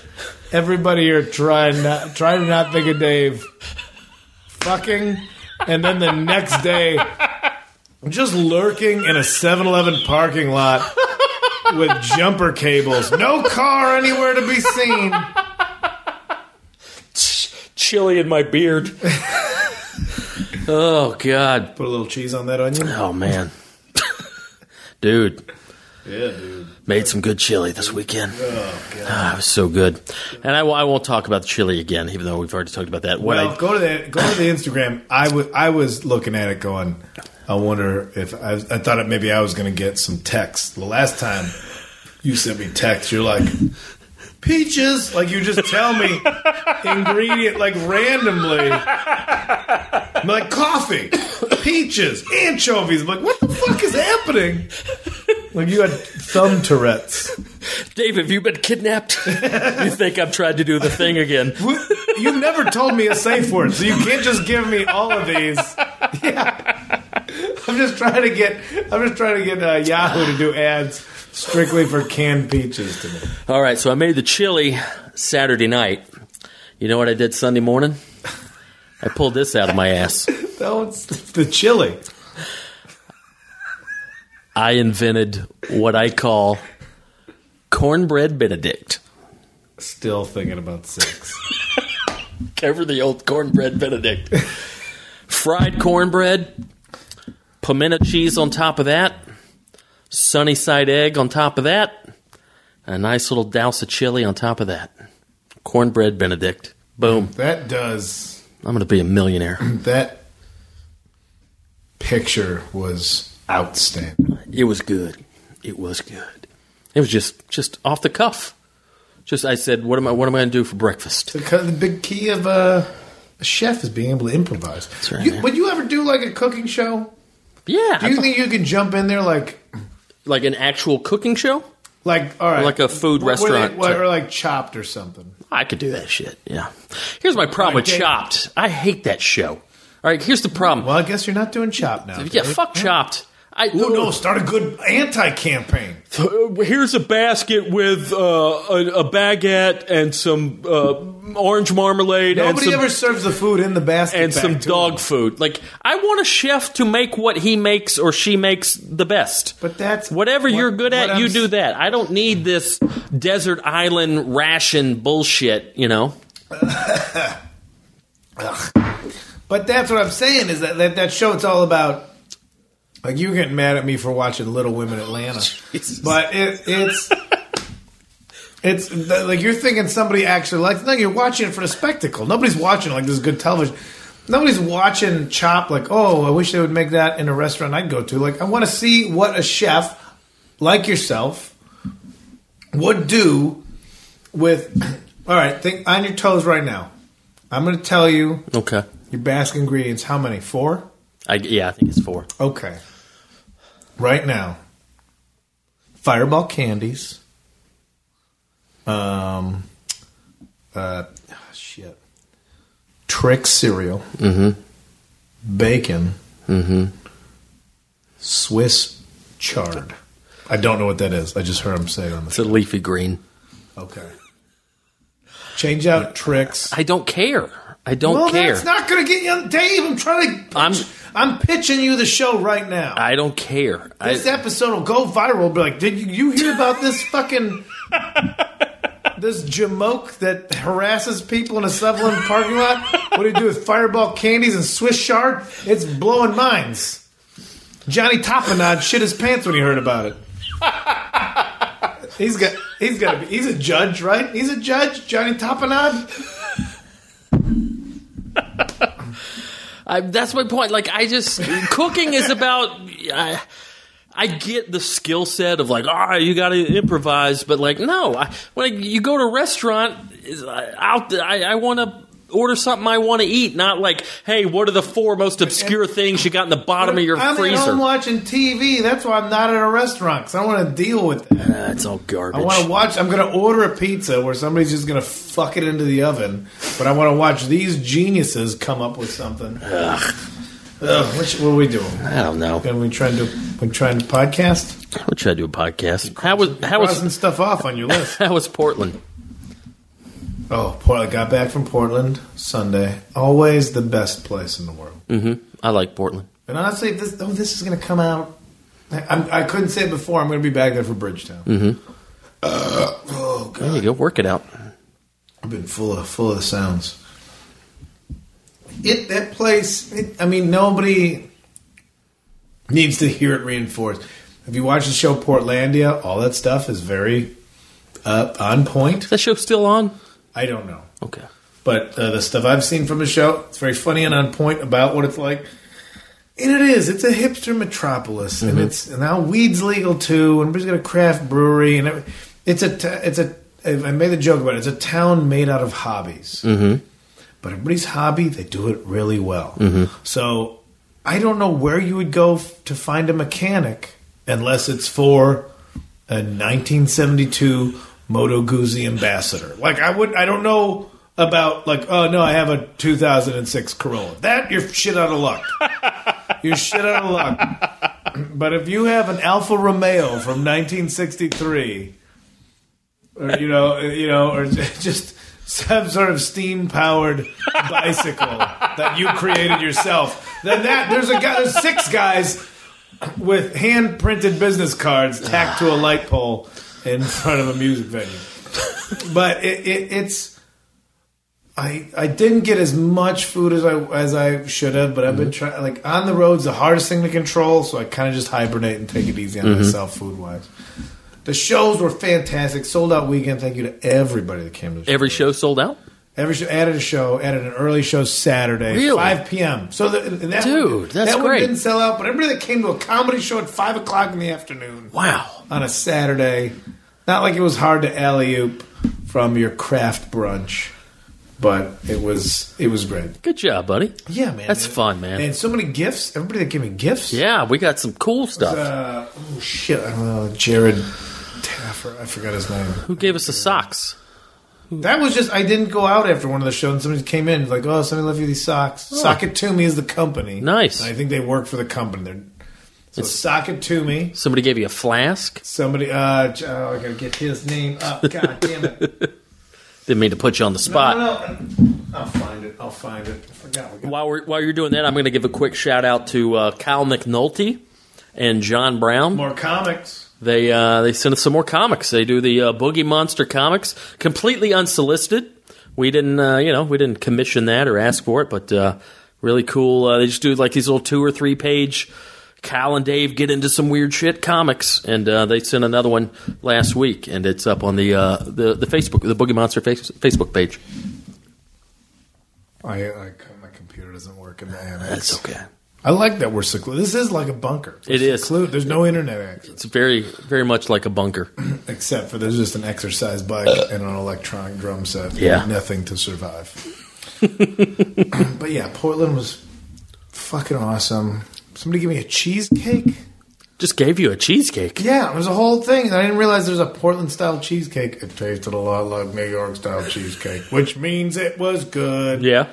[SPEAKER 3] everybody here try not try to not think of Dave. Fucking, and then the next day, just lurking in a 7-Eleven parking lot with jumper cables. No car anywhere to be seen.
[SPEAKER 4] Chili in my beard. oh, God.
[SPEAKER 3] Put a little cheese on that onion.
[SPEAKER 4] Oh, man. Dude,
[SPEAKER 3] Yeah, dude.
[SPEAKER 4] made some good chili this weekend.
[SPEAKER 3] Oh god.
[SPEAKER 4] Ah, it was so good. And I, w- I won't talk about the chili again, even though we've already talked about that. What
[SPEAKER 3] Well,
[SPEAKER 4] I,
[SPEAKER 3] go to the go to the Instagram. I wa- I was looking at it, going, I wonder if I, I thought it, maybe I was going to get some texts. The last time you sent me text, you're like peaches, like you just tell me ingredient like randomly. I'm like coffee, peaches, anchovies. I'm like, what the fuck is happening? Like you had thumb Tourette's.
[SPEAKER 4] Dave, have you been kidnapped? you think I've tried to do the thing again?
[SPEAKER 3] You've never told me a safe word, so you can't just give me all of these. Yeah. I'm just trying to get. I'm just trying to get uh, Yahoo to do ads strictly for canned peaches to me.
[SPEAKER 4] All right, so I made the chili Saturday night. You know what I did Sunday morning? I pulled this out of my ass.
[SPEAKER 3] Don't s- the chili.
[SPEAKER 4] I invented what I call cornbread Benedict.
[SPEAKER 3] Still thinking about sex.
[SPEAKER 4] Cover the old cornbread Benedict. Fried cornbread, pimento cheese on top of that, sunny side egg on top of that, a nice little douse of chili on top of that. Cornbread Benedict. Boom.
[SPEAKER 3] That does.
[SPEAKER 4] I'm going to be a millionaire.
[SPEAKER 3] That picture was outstanding.
[SPEAKER 4] It was good. It was good. It was just just off the cuff. Just I said, what am I what am I going to do for breakfast?
[SPEAKER 3] The, co- the big key of uh, a chef is being able to improvise.
[SPEAKER 4] right,
[SPEAKER 3] You-
[SPEAKER 4] man.
[SPEAKER 3] would you ever do like a cooking show?
[SPEAKER 4] Yeah,
[SPEAKER 3] Do you think you could jump in there like,
[SPEAKER 4] like an actual cooking show.
[SPEAKER 3] like all right,
[SPEAKER 4] Like a food
[SPEAKER 3] What were
[SPEAKER 4] restaurant
[SPEAKER 3] they- what-
[SPEAKER 4] type.
[SPEAKER 3] or like Chopped or something?
[SPEAKER 4] I could do that shit. Yeah. Here's my problem with
[SPEAKER 3] Like, they-
[SPEAKER 4] Chopped. I hate that show. All right, here's the problem.
[SPEAKER 3] Well, I guess you're not doing Chopped now.
[SPEAKER 4] yeah,
[SPEAKER 3] right?
[SPEAKER 4] fuck Chopped. I
[SPEAKER 3] Ooh, no, start a good anti-campaign.
[SPEAKER 4] Here's a basket with uh, a, a baguette and some uh, orange marmalade
[SPEAKER 3] Nobody ever serves the food in the basket
[SPEAKER 4] and
[SPEAKER 3] back
[SPEAKER 4] some
[SPEAKER 3] to
[SPEAKER 4] dog
[SPEAKER 3] them.
[SPEAKER 4] food. Like I want a chef to make what he makes or she makes the best.
[SPEAKER 3] But that's-
[SPEAKER 4] whatever
[SPEAKER 3] what-
[SPEAKER 4] you're good
[SPEAKER 3] what
[SPEAKER 4] at,
[SPEAKER 3] I'm
[SPEAKER 4] you
[SPEAKER 3] s-
[SPEAKER 4] do that. I don't need this desert island ration bullshit. You know,
[SPEAKER 3] But that's what I'm saying is that that, that show it's all about. Like you were getting mad at me for watching Little Women Atlanta, but it, it's it's like you're thinking somebody actually likes. No, you're watching it for the spectacle. Nobody's watching it like this is good television. Nobody's watching Chop like, oh, I wish they would make that in a restaurant I'd go to. Like, I want to see what a chef like yourself would do with. All right, think on your toes right now. I'm going to tell you
[SPEAKER 4] okay.
[SPEAKER 3] your basket ingredients, how many? Four?
[SPEAKER 4] I, yeah, I think it's four.
[SPEAKER 3] Okay. Right now, Fireball candies. Um, uh, ah, shit. Trick cereal. Mm-hmm. Bacon. Mm-hmm. Swiss chard. I don't know what that is. I just heard him say it on the.
[SPEAKER 4] It's a leafy green.
[SPEAKER 3] Okay. Change out tricks.
[SPEAKER 4] I don't care. I don't
[SPEAKER 3] well,
[SPEAKER 4] care.
[SPEAKER 3] that's not going to get you, on- Dave. I'm trying to.
[SPEAKER 4] I'm-
[SPEAKER 3] I'm pitching you the show right now.
[SPEAKER 4] I don't care. I,
[SPEAKER 3] this episode will go viral. Be like, did you, you hear about this fucking this jamoke that harasses people in a Sutherland parking lot? What do you do with Fireball candies and Swiss chard? It's blowing minds. Johnny Topinod shit his pants when he heard about it. He's got he's got to be he's a judge, right? He's a judge, Johnny Topinod.
[SPEAKER 4] I, that's my point. Like, I just cooking is about. I, I get the skill set of like, ah, you got to improvise, but like, no. I, when I, you go to a restaurant, is- I, out I, I want to order something I want to eat, not like, hey, what are the four most obscure things you got in the bottom of your
[SPEAKER 3] I'm at
[SPEAKER 4] freezer?
[SPEAKER 3] home watching TV. That's why I'm not at a restaurant because I don't want to deal with that.
[SPEAKER 4] That's all
[SPEAKER 3] I want to
[SPEAKER 4] garbage.
[SPEAKER 3] watch. I'm going to order a pizza where somebody's just going to fuck it into the oven, but I want to watch these geniuses come up with something. Ugh. which, what are we doing?
[SPEAKER 4] I don't know.
[SPEAKER 3] Are we trying to we trying to podcast?
[SPEAKER 4] I'll try to do a podcast. How was how
[SPEAKER 3] Crossing
[SPEAKER 4] was
[SPEAKER 3] stuff off on your list.
[SPEAKER 4] how was Portland?
[SPEAKER 3] Oh, Portland. Got back from Portland Sunday. Always the best place in the world.
[SPEAKER 4] Mm-hmm. I like Portland.
[SPEAKER 3] And honestly, if this oh, this is going to come out. I, I'm, I couldn't say it before. I'm going to be back there for Bridgetown. Uh, oh,
[SPEAKER 4] There you go. Work it out.
[SPEAKER 3] I've been full of full of the sounds. It that place. It, I mean, nobody needs to hear it reinforced. If you watch the show Portlandia, all that stuff is very uh, on point.
[SPEAKER 4] Is that show still on?
[SPEAKER 3] I don't know,
[SPEAKER 4] Okay.
[SPEAKER 3] but uh, the stuff I've seen from the show, it's very funny and on point about what it's like. And it is. It's a hipster metropolis, and it's and now weed's legal too. And everybody's got a craft brewery, and every, it's a t- it's a. I made the joke about it. It's a town made out of hobbies, mm-hmm. but everybody's hobby they do it really well. So I don't know where you would go f- to find a mechanic unless it's for a 1972 Moto Guzzi Ambassador. Like I would, I don't know about like oh no, I have a 2006 Corolla. That you're shit out of luck. You're shit out of luck. But if you have an Alfa Romeo from 1963, or you know, you know, or just some sort of steam-powered bicycle that you created yourself, then that there's a guy, there's six guys with hand-printed business cards tacked to a light pole in front of a music venue. But it, it, it's I I didn't get as much food as I as I should have, but I've been trying. Like on the road's the hardest thing to control, so I kind of just hibernate and take it easy on myself food wise. The shows were fantastic, sold out weekend. Thank you to everybody that came to the show.
[SPEAKER 4] Every show sold out.
[SPEAKER 3] Every show added a show, added an early show Saturday,
[SPEAKER 4] Really?
[SPEAKER 3] five p.m. So the, and that
[SPEAKER 4] Dude, that's
[SPEAKER 3] that one
[SPEAKER 4] great.
[SPEAKER 3] didn't sell out, but everybody that came to a comedy show at five o'clock in the afternoon
[SPEAKER 4] Wow.
[SPEAKER 3] on a Saturday, not like it was hard to alley oop from your craft brunch, but it was it was great.
[SPEAKER 4] Good job, buddy.
[SPEAKER 3] Yeah, man,
[SPEAKER 4] That's
[SPEAKER 3] And-
[SPEAKER 4] fun, man.
[SPEAKER 3] And so many gifts. Everybody that gave me gifts.
[SPEAKER 4] Yeah, we got some cool stuff.
[SPEAKER 3] Uh, oh shit! I don't know. Jared Taffer. I forgot his name.
[SPEAKER 4] Who gave us the socks?
[SPEAKER 3] That was just I didn't go out after one of the shows and somebody came in like, Oh, somebody left you these socks. Socket to me is the company.
[SPEAKER 4] Nice.
[SPEAKER 3] And I think they work for the company. They're so
[SPEAKER 4] It's-
[SPEAKER 3] Socket to me.
[SPEAKER 4] Somebody gave you a flask.
[SPEAKER 3] Somebody uh j- oh, I gotta get his name up. God damn it. Oh,
[SPEAKER 4] Didn't mean to put you on the spot.
[SPEAKER 3] No, no, I'll find it. I'll find it. I forgot we got
[SPEAKER 4] While we're while you're doing that, I'm going to give a quick shout out to uh, Kyle McNulty and John Brown.
[SPEAKER 3] more comics.
[SPEAKER 4] They uh, they sent us some more comics. They do the uh, Boogie Monster comics, completely unsolicited. We didn't uh, you know we didn't commission that or ask for it, but uh, really cool. Uh, they just do like these little two or three page. Kyle and Dave get into some weird shit comics, and uh, they sent another one last week, and it's up on the uh, the, the Facebook the Boogie Monster face, Facebook page.
[SPEAKER 3] I, I my computer doesn't work in the annex.
[SPEAKER 4] That's okay.
[SPEAKER 3] I like that we're secluded. This is like a bunker. We're
[SPEAKER 4] It is.
[SPEAKER 3] secluded. There's no internet access
[SPEAKER 4] It's very very much like a bunker.
[SPEAKER 3] except for there's just an exercise bike and an electronic drum set.
[SPEAKER 4] Uh, Yeah.
[SPEAKER 3] nothing to survive. but yeah, Portland was fucking awesome. Somebody give me a cheesecake.
[SPEAKER 4] Just gave you a cheesecake.
[SPEAKER 3] Yeah, it was a whole thing. I didn't realize there was a Portland style cheesecake. It tasted a lot like New York style cheesecake, which means it was good.
[SPEAKER 4] Yeah.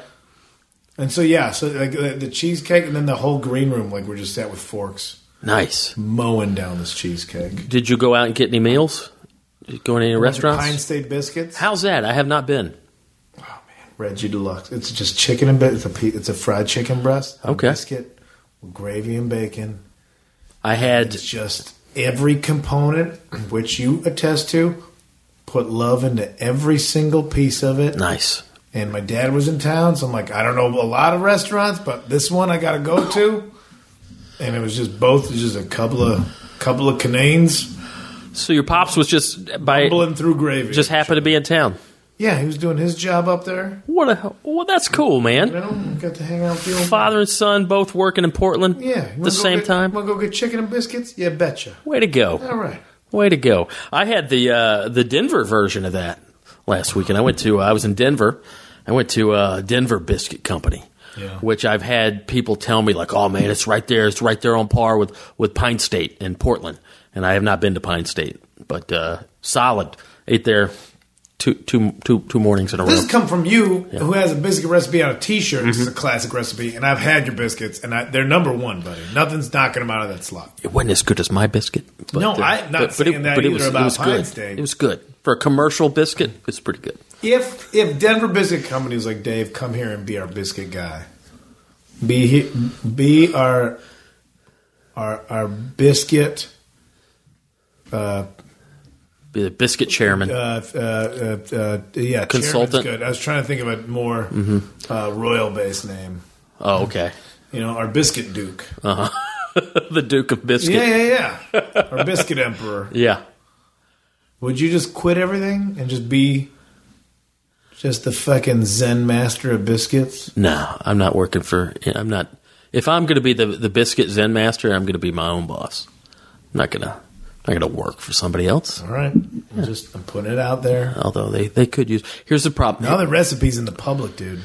[SPEAKER 3] And so yeah, so like the, the cheesecake, and then the whole green room, like we're just sat with forks
[SPEAKER 4] Nice.
[SPEAKER 3] mowing down this cheesecake.
[SPEAKER 4] Did you go out and get any meals? Did you go to any restaurants?
[SPEAKER 3] Pine State biscuits.
[SPEAKER 4] How's that? I have not been.
[SPEAKER 3] Reggie Deluxe. It's just chicken and bit. It's a pe- it's a fried chicken breast. on
[SPEAKER 4] Okay.
[SPEAKER 3] Biscuit, with gravy and bacon.
[SPEAKER 4] I had
[SPEAKER 3] It's just every component, which you attest to, put love into every single piece of it.
[SPEAKER 4] nice.
[SPEAKER 3] And my dad was in town, so I'm like, I don't know a lot of restaurants, but this one I got to go to. And it was just both, it was just a couple of couple of cananes
[SPEAKER 4] So your pops was just by
[SPEAKER 3] bubbling through gravy.
[SPEAKER 4] just happened to be in town.
[SPEAKER 3] yeah, he was doing his job up there.
[SPEAKER 4] What a well, that's cool,
[SPEAKER 3] You
[SPEAKER 4] man.
[SPEAKER 3] know, got to hang out with the old
[SPEAKER 4] Father and son both working in Portland.
[SPEAKER 3] Yeah,
[SPEAKER 4] the same time.
[SPEAKER 3] Want to go get chicken and biscuits? Yeah, betcha.
[SPEAKER 4] Way to
[SPEAKER 3] All
[SPEAKER 4] go.
[SPEAKER 3] right.
[SPEAKER 4] Way to go. I had the uh, the Denver version of that last weekend. I went to uh, I was in Denver. I went to uh, Denver Biscuit Company.
[SPEAKER 3] Yeah.
[SPEAKER 4] which I've had people tell me like, "Oh man, it's right there. It's right there on par with with Pine State in Portland." And I have not been to Pine State, but uh, solid. Ate there two two two two mornings in a row.
[SPEAKER 3] This has come from you, who has a biscuit recipe on a T-shirt. This is a classic recipe, and I've had your biscuits, and I, they're number one, buddy. Nothing's knocking them out of that slot.
[SPEAKER 4] it wasn't as good as my biscuit. But,
[SPEAKER 3] No,
[SPEAKER 4] uh,
[SPEAKER 3] I'm not saying that either about Pine
[SPEAKER 4] good.
[SPEAKER 3] State.
[SPEAKER 4] It was good for a commercial biscuit. It was pretty good.
[SPEAKER 3] If if Denver Biscuit Company was like Dave, come here and be our biscuit guy, be he, be our our our biscuit uh,
[SPEAKER 4] Be the biscuit chairman.
[SPEAKER 3] uh, uh, uh, uh, yeah,
[SPEAKER 4] Consultant. Mm-hmm.
[SPEAKER 3] chairman's Good. I was trying to think of a more uh, royal based name.
[SPEAKER 4] oh, okay.
[SPEAKER 3] You know, our biscuit duke.
[SPEAKER 4] the Duke of Biscuit.
[SPEAKER 3] Yeah, yeah, yeah. Or biscuit emperor.
[SPEAKER 4] yeah.
[SPEAKER 3] Would you just quit everything and just be just the fucking Zen master of biscuits?
[SPEAKER 4] No, I'm not working for. I'm not. If I'm going to be the the biscuit Zen master, I'm going to be my own boss. I'm not gonna I'm not gonna work for somebody else.
[SPEAKER 3] All right, I'm just I'm putting it out there.
[SPEAKER 4] Although they they could use. Here's the problem.
[SPEAKER 3] Now the recipe's in the public, dude.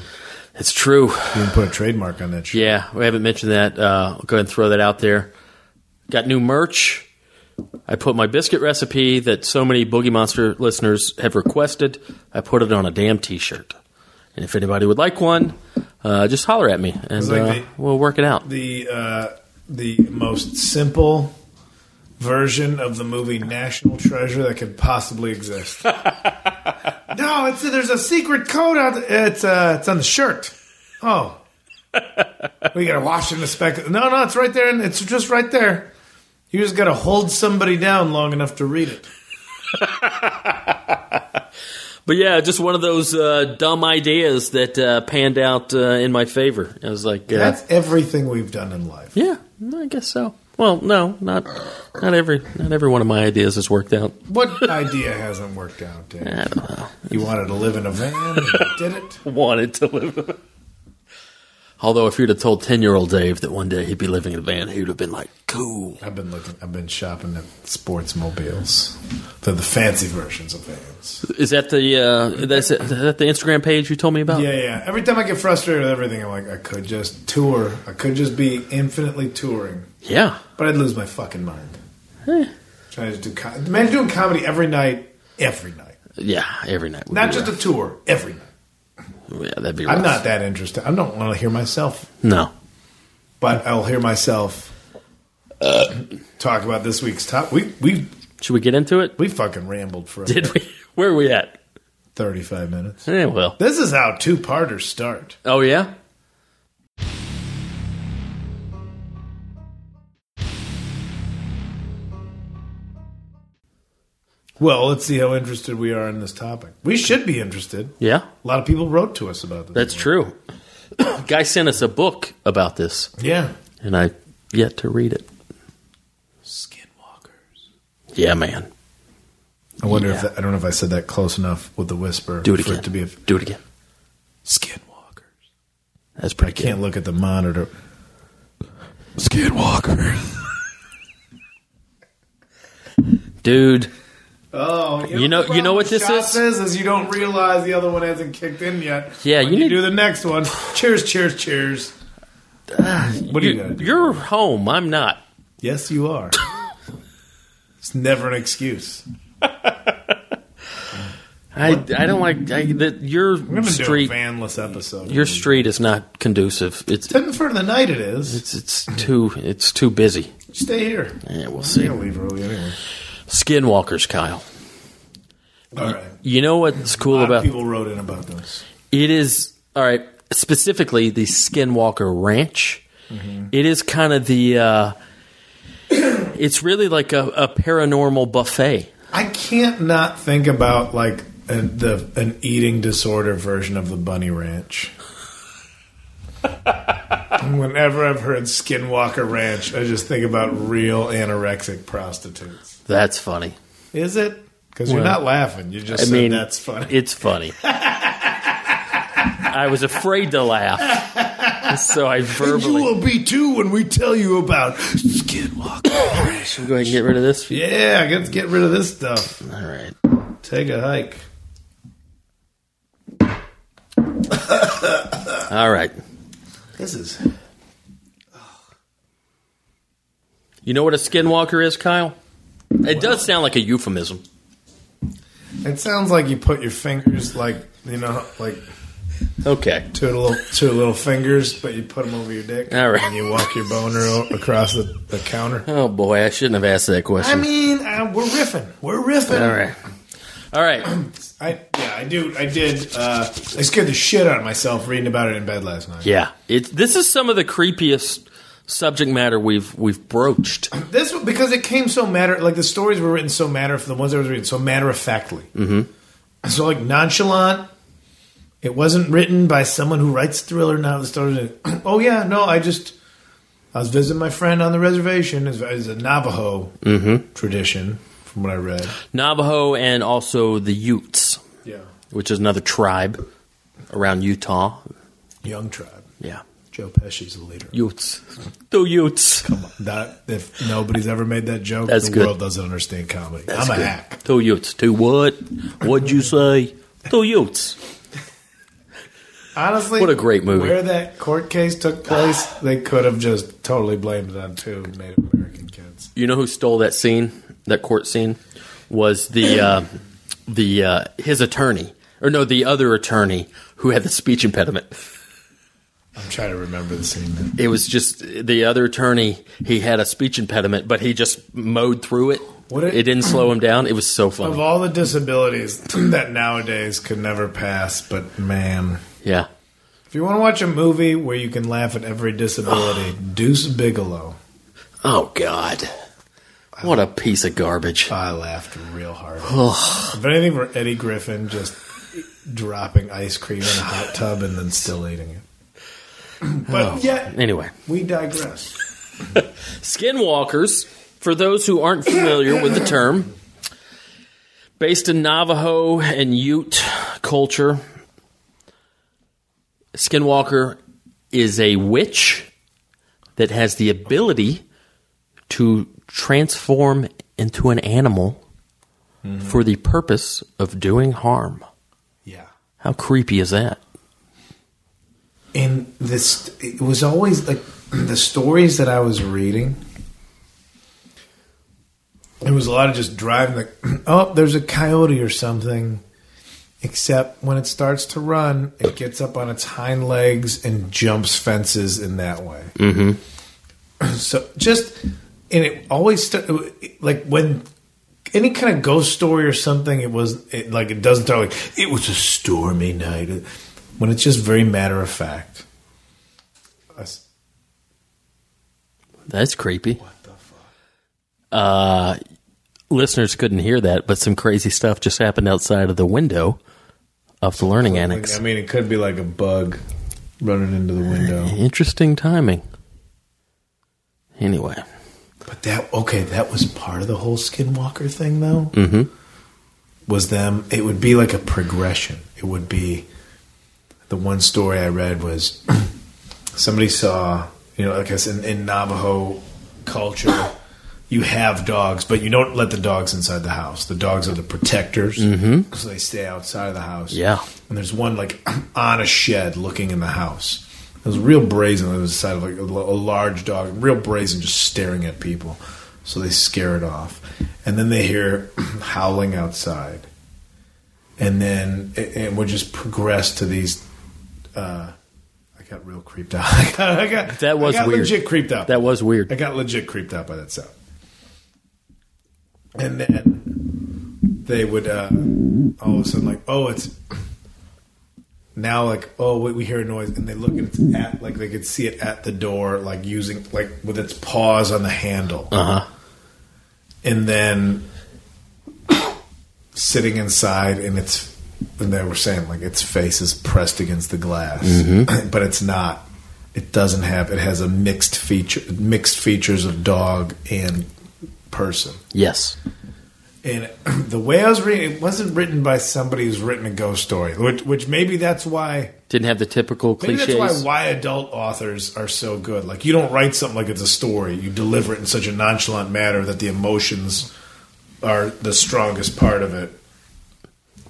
[SPEAKER 4] It's true.
[SPEAKER 3] You can put a trademark on that shit.
[SPEAKER 4] Yeah, we haven't mentioned that. Uh, I'll go ahead and throw that out there. Got new merch. I put my biscuit recipe that so many Boogie Monster listeners have requested. I put it on a damn T-shirt. And if anybody would like one, uh, just holler at me and
[SPEAKER 3] like
[SPEAKER 4] uh,
[SPEAKER 3] the-
[SPEAKER 4] we'll work it out.
[SPEAKER 3] The uh, the most simple version of the movie National Treasure that could possibly exist. no, it's there's a secret code out. There. It's uh, it's on the shirt. Oh, we gotta wash and inspect. No, no, it's right there, and it's just right there. You just gotta hold somebody down long enough to read it.
[SPEAKER 4] But yeah, just one of those uh, dumb ideas that uh, panned out uh, in my favor. I was like, uh,
[SPEAKER 3] That's everything we've done in life.
[SPEAKER 4] yeah, I guess so. Well, no, not not every not every one of my ideas has worked out.
[SPEAKER 3] What idea hasn't worked out, Dave?
[SPEAKER 4] I don't know.
[SPEAKER 3] You wanted to live in a van, and you did it.
[SPEAKER 4] Wanted to live. Although, if you'd have told ten year old Dave that one day he'd be living in a van, he would have been like, "Cool."
[SPEAKER 3] I've been looking. I've been shopping at sports mobiles. They're the fancy versions of vans.
[SPEAKER 4] Is that the uh, that's is that the Instagram page you told me about?
[SPEAKER 3] Yeah, yeah. Every time I get frustrated with everything, I'm like, I could just tour. I could just be infinitely touring,
[SPEAKER 4] Yeah. Eh.
[SPEAKER 3] but I'd lose my fucking mind. Trying to do com- man doing comedy every night, every night.
[SPEAKER 4] Yeah, every night. would
[SPEAKER 3] Not
[SPEAKER 4] be
[SPEAKER 3] just a
[SPEAKER 4] rough.
[SPEAKER 3] tour, every night.
[SPEAKER 4] yeah, that'd be.
[SPEAKER 3] I'm
[SPEAKER 4] rough.
[SPEAKER 3] not that interested. I don't want to hear myself,
[SPEAKER 4] No.
[SPEAKER 3] but I'll hear myself
[SPEAKER 4] Uh.
[SPEAKER 3] talk about this week's top. We we
[SPEAKER 4] Should we get into it?
[SPEAKER 3] we fucking rambled for
[SPEAKER 4] Did we? Where are we at?
[SPEAKER 3] 35 minutes.
[SPEAKER 4] Eh, well.
[SPEAKER 3] This is how two parters start.
[SPEAKER 4] Oh yeah.
[SPEAKER 3] Well, let's see how interested we are in this topic. We should be interested.
[SPEAKER 4] Yeah,
[SPEAKER 3] A lot of people wrote to us about this.
[SPEAKER 4] that's true. Guy sent us a book about this,
[SPEAKER 3] yeah.
[SPEAKER 4] and I yet to read it.
[SPEAKER 3] Skinwalkers.
[SPEAKER 4] Yeah, man.
[SPEAKER 3] I wonder if
[SPEAKER 4] Yeah.
[SPEAKER 3] that, I don't know if I said that close enough with the whisper.
[SPEAKER 4] Do it
[SPEAKER 3] for
[SPEAKER 4] again.
[SPEAKER 3] to be a
[SPEAKER 4] Do it again.
[SPEAKER 3] skinwalkers.
[SPEAKER 4] That's
[SPEAKER 3] I
[SPEAKER 4] pretty good.
[SPEAKER 3] can't look at the monitor.
[SPEAKER 4] Skinwalker. Dude,
[SPEAKER 3] Oh,
[SPEAKER 4] You know- you know what this is?
[SPEAKER 3] Is is you don't realize the other one hasn't kicked in yet.
[SPEAKER 4] Yeah,
[SPEAKER 3] When
[SPEAKER 4] you
[SPEAKER 3] you,
[SPEAKER 4] need-
[SPEAKER 3] do the next one. Cheers, cheers, cheers. what are you, gonna do?
[SPEAKER 4] you're home. I'm not.
[SPEAKER 3] Yes, you are. it's never an excuse.
[SPEAKER 4] I, I don't like I, that
[SPEAKER 3] We're
[SPEAKER 4] your
[SPEAKER 3] gonna
[SPEAKER 4] street.
[SPEAKER 3] do a vanless episode.
[SPEAKER 4] Your street is not conducive. It's
[SPEAKER 3] Then for the night it is.
[SPEAKER 4] it's it's too it's too busy.
[SPEAKER 3] Stay here.
[SPEAKER 4] Yeah, we'll
[SPEAKER 3] We're
[SPEAKER 4] see.
[SPEAKER 3] gonna leave early anyway.
[SPEAKER 4] Skinwalkers, Kyle.
[SPEAKER 3] All right.
[SPEAKER 4] You know what's
[SPEAKER 3] A
[SPEAKER 4] cool
[SPEAKER 3] lot of
[SPEAKER 4] about
[SPEAKER 3] people wrote in about this.
[SPEAKER 4] It is all right. Specifically, the Skinwalker Ranch.
[SPEAKER 3] Mm-hmm.
[SPEAKER 4] It is kind of the. Uh, it's really like a, a paranormal buffet.
[SPEAKER 3] I can't not think about like a, the an eating disorder version of the Bunny Ranch. Whenever I've heard Skinwalker Ranch, I just think about real anorexic prostitutes.
[SPEAKER 4] That's funny.
[SPEAKER 3] Is it? Because you're
[SPEAKER 4] Well,
[SPEAKER 3] not laughing. You just
[SPEAKER 4] I
[SPEAKER 3] said
[SPEAKER 4] mean,
[SPEAKER 3] that's funny.
[SPEAKER 4] It's funny. I was afraid to laugh, so I verbally.
[SPEAKER 3] be too when we tell you about Skinwalker Ranch.
[SPEAKER 4] Should we go ahead and get rid of this?
[SPEAKER 3] Yeah, I gotta get rid of this stuff.
[SPEAKER 4] All right.
[SPEAKER 3] Take a hike.
[SPEAKER 4] All right.
[SPEAKER 3] This is
[SPEAKER 4] You know what a skinwalker is, Kyle? It does sound like a euphemism.
[SPEAKER 3] It sounds like you put your fingers like you know like
[SPEAKER 4] Okay.
[SPEAKER 3] two little two little fingers, but you put them over your dick.
[SPEAKER 4] All right.
[SPEAKER 3] And you walk your boner o- across the, the counter.
[SPEAKER 4] Oh boy, I shouldn't have asked that
[SPEAKER 3] I
[SPEAKER 4] question.
[SPEAKER 3] mean, uh, we're riffing. We're riffing.
[SPEAKER 4] All right. All right.
[SPEAKER 3] I yeah, I do. I did. Uh, I scared the shit out of myself reading about it in bed last night.
[SPEAKER 4] Yeah, it, this is some of the creepiest subject matter we've we've broached.
[SPEAKER 3] This because it came so matter like the stories were written so matter for the ones I was reading so matter of factly. Mm-hmm. So like nonchalant. It wasn't written by someone who writes thriller. Now the story. oh yeah, no, I just I was visiting my friend on the reservation. It's, it's a Navajo
[SPEAKER 4] Mm-hmm.
[SPEAKER 3] tradition, from what I read.
[SPEAKER 4] Navajo and also the Utes,
[SPEAKER 3] Yeah,
[SPEAKER 4] which is another tribe around Utah.
[SPEAKER 3] young tribe.
[SPEAKER 4] Yeah,
[SPEAKER 3] Joe Pesci's the leader.
[SPEAKER 4] Utes, the Utes,
[SPEAKER 3] That if nobody's ever made that joke,
[SPEAKER 4] That's
[SPEAKER 3] the
[SPEAKER 4] good.
[SPEAKER 3] world doesn't understand comedy.
[SPEAKER 4] That's
[SPEAKER 3] I'm a
[SPEAKER 4] good.
[SPEAKER 3] hack.
[SPEAKER 4] two Utes, two what? What'd you say? Two Utes.
[SPEAKER 3] Honestly,
[SPEAKER 4] What a great movie.
[SPEAKER 3] Where that court case took place, they could have just totally blamed it on two Native American kids.
[SPEAKER 4] You know who stole that scene? That court scene was the uh, the uh, his attorney, or no, the other attorney who had the speech impediment.
[SPEAKER 3] I'm trying to remember the scene. Now.
[SPEAKER 4] It was just the other attorney. He had a speech impediment, but he just mowed through it.
[SPEAKER 3] What
[SPEAKER 4] it,
[SPEAKER 3] it-
[SPEAKER 4] didn't slow him down. It was so
[SPEAKER 3] Of
[SPEAKER 4] funny.
[SPEAKER 3] all the disabilities that nowadays could never pass, but man,
[SPEAKER 4] Yeah,
[SPEAKER 3] if you want to watch a movie where you can laugh at every disability, Deuce Bigelow.
[SPEAKER 4] Oh God. What a piece of garbage.
[SPEAKER 3] I laughed real hard. if anything, for Eddie Griffin, just dropping ice cream in a hot tub and then still eating it.
[SPEAKER 4] Oh.
[SPEAKER 3] But yet,
[SPEAKER 4] Anyway,
[SPEAKER 3] we digress.
[SPEAKER 4] skinwalkers, for those who aren't familiar with the term, based in Navajo and Ute culture, skinwalker is a witch that has the ability to transform into an animal for the purpose of doing harm.
[SPEAKER 3] Yeah.
[SPEAKER 4] How creepy is that?
[SPEAKER 3] And this, it was always like the stories that I was reading. It was a lot of just driving, like, oh, there's a coyote or something. Except when it starts to run, it gets up on its hind legs and jumps fences in that way. so just and it always st- like when any kind of ghost story or something it was it, like it doesn't start like it was a stormy night when it's just very matter of fact I s-
[SPEAKER 4] That's creepy. What the fuck? Uh, listeners couldn't hear that, but some crazy stuff just happened outside of the window of the learning annex.
[SPEAKER 3] i mean it could be like a bug running into the window
[SPEAKER 4] Interesting timing. Anyway,
[SPEAKER 3] but that okay that was part of the whole skinwalker thing though mm-hmm. was them it would be like a progression it would be the one story I read was somebody saw, you know, like I said, in, in Navajo culture, you have dogs, but you don't let the dogs inside the house. The dogs are the protectors, mm-hmm. so they stay outside of the house.
[SPEAKER 4] Yeah.
[SPEAKER 3] and there's one like on a shed looking in the house. It was real brazen. It was side of like a, l- a large dog, real brazen, just staring at people. So they scare it off, and then they hear howling outside, and then it, it would just progress to these uh, I got real creeped out. I got, I got,
[SPEAKER 4] That was
[SPEAKER 3] I got
[SPEAKER 4] weird.
[SPEAKER 3] legit creeped out.
[SPEAKER 4] that was
[SPEAKER 3] I
[SPEAKER 4] weird.
[SPEAKER 3] got legit creeped out by that sound. And then they would uh, all of a sudden like, oh, it's now like, oh, we, we hear a noise, and they look and it's at like they could see it at the door, like using like with its paws on the handle. Uh huh. And then sitting inside, and it's and they were saying like its face is pressed against the glass, but it's not. It doesn't have. It has a mixed feature, mixed features of dog and person.
[SPEAKER 4] Yes.
[SPEAKER 3] And the way I was reading, it wasn't written by somebody who's written a ghost story, which, which maybe that's why.
[SPEAKER 4] Didn't have the typical
[SPEAKER 3] Maybe
[SPEAKER 4] cliches.
[SPEAKER 3] that's why why adult authors are so good. Like you don't write something like it's a story; you deliver it in such a nonchalant manner that the emotions are the strongest part of it,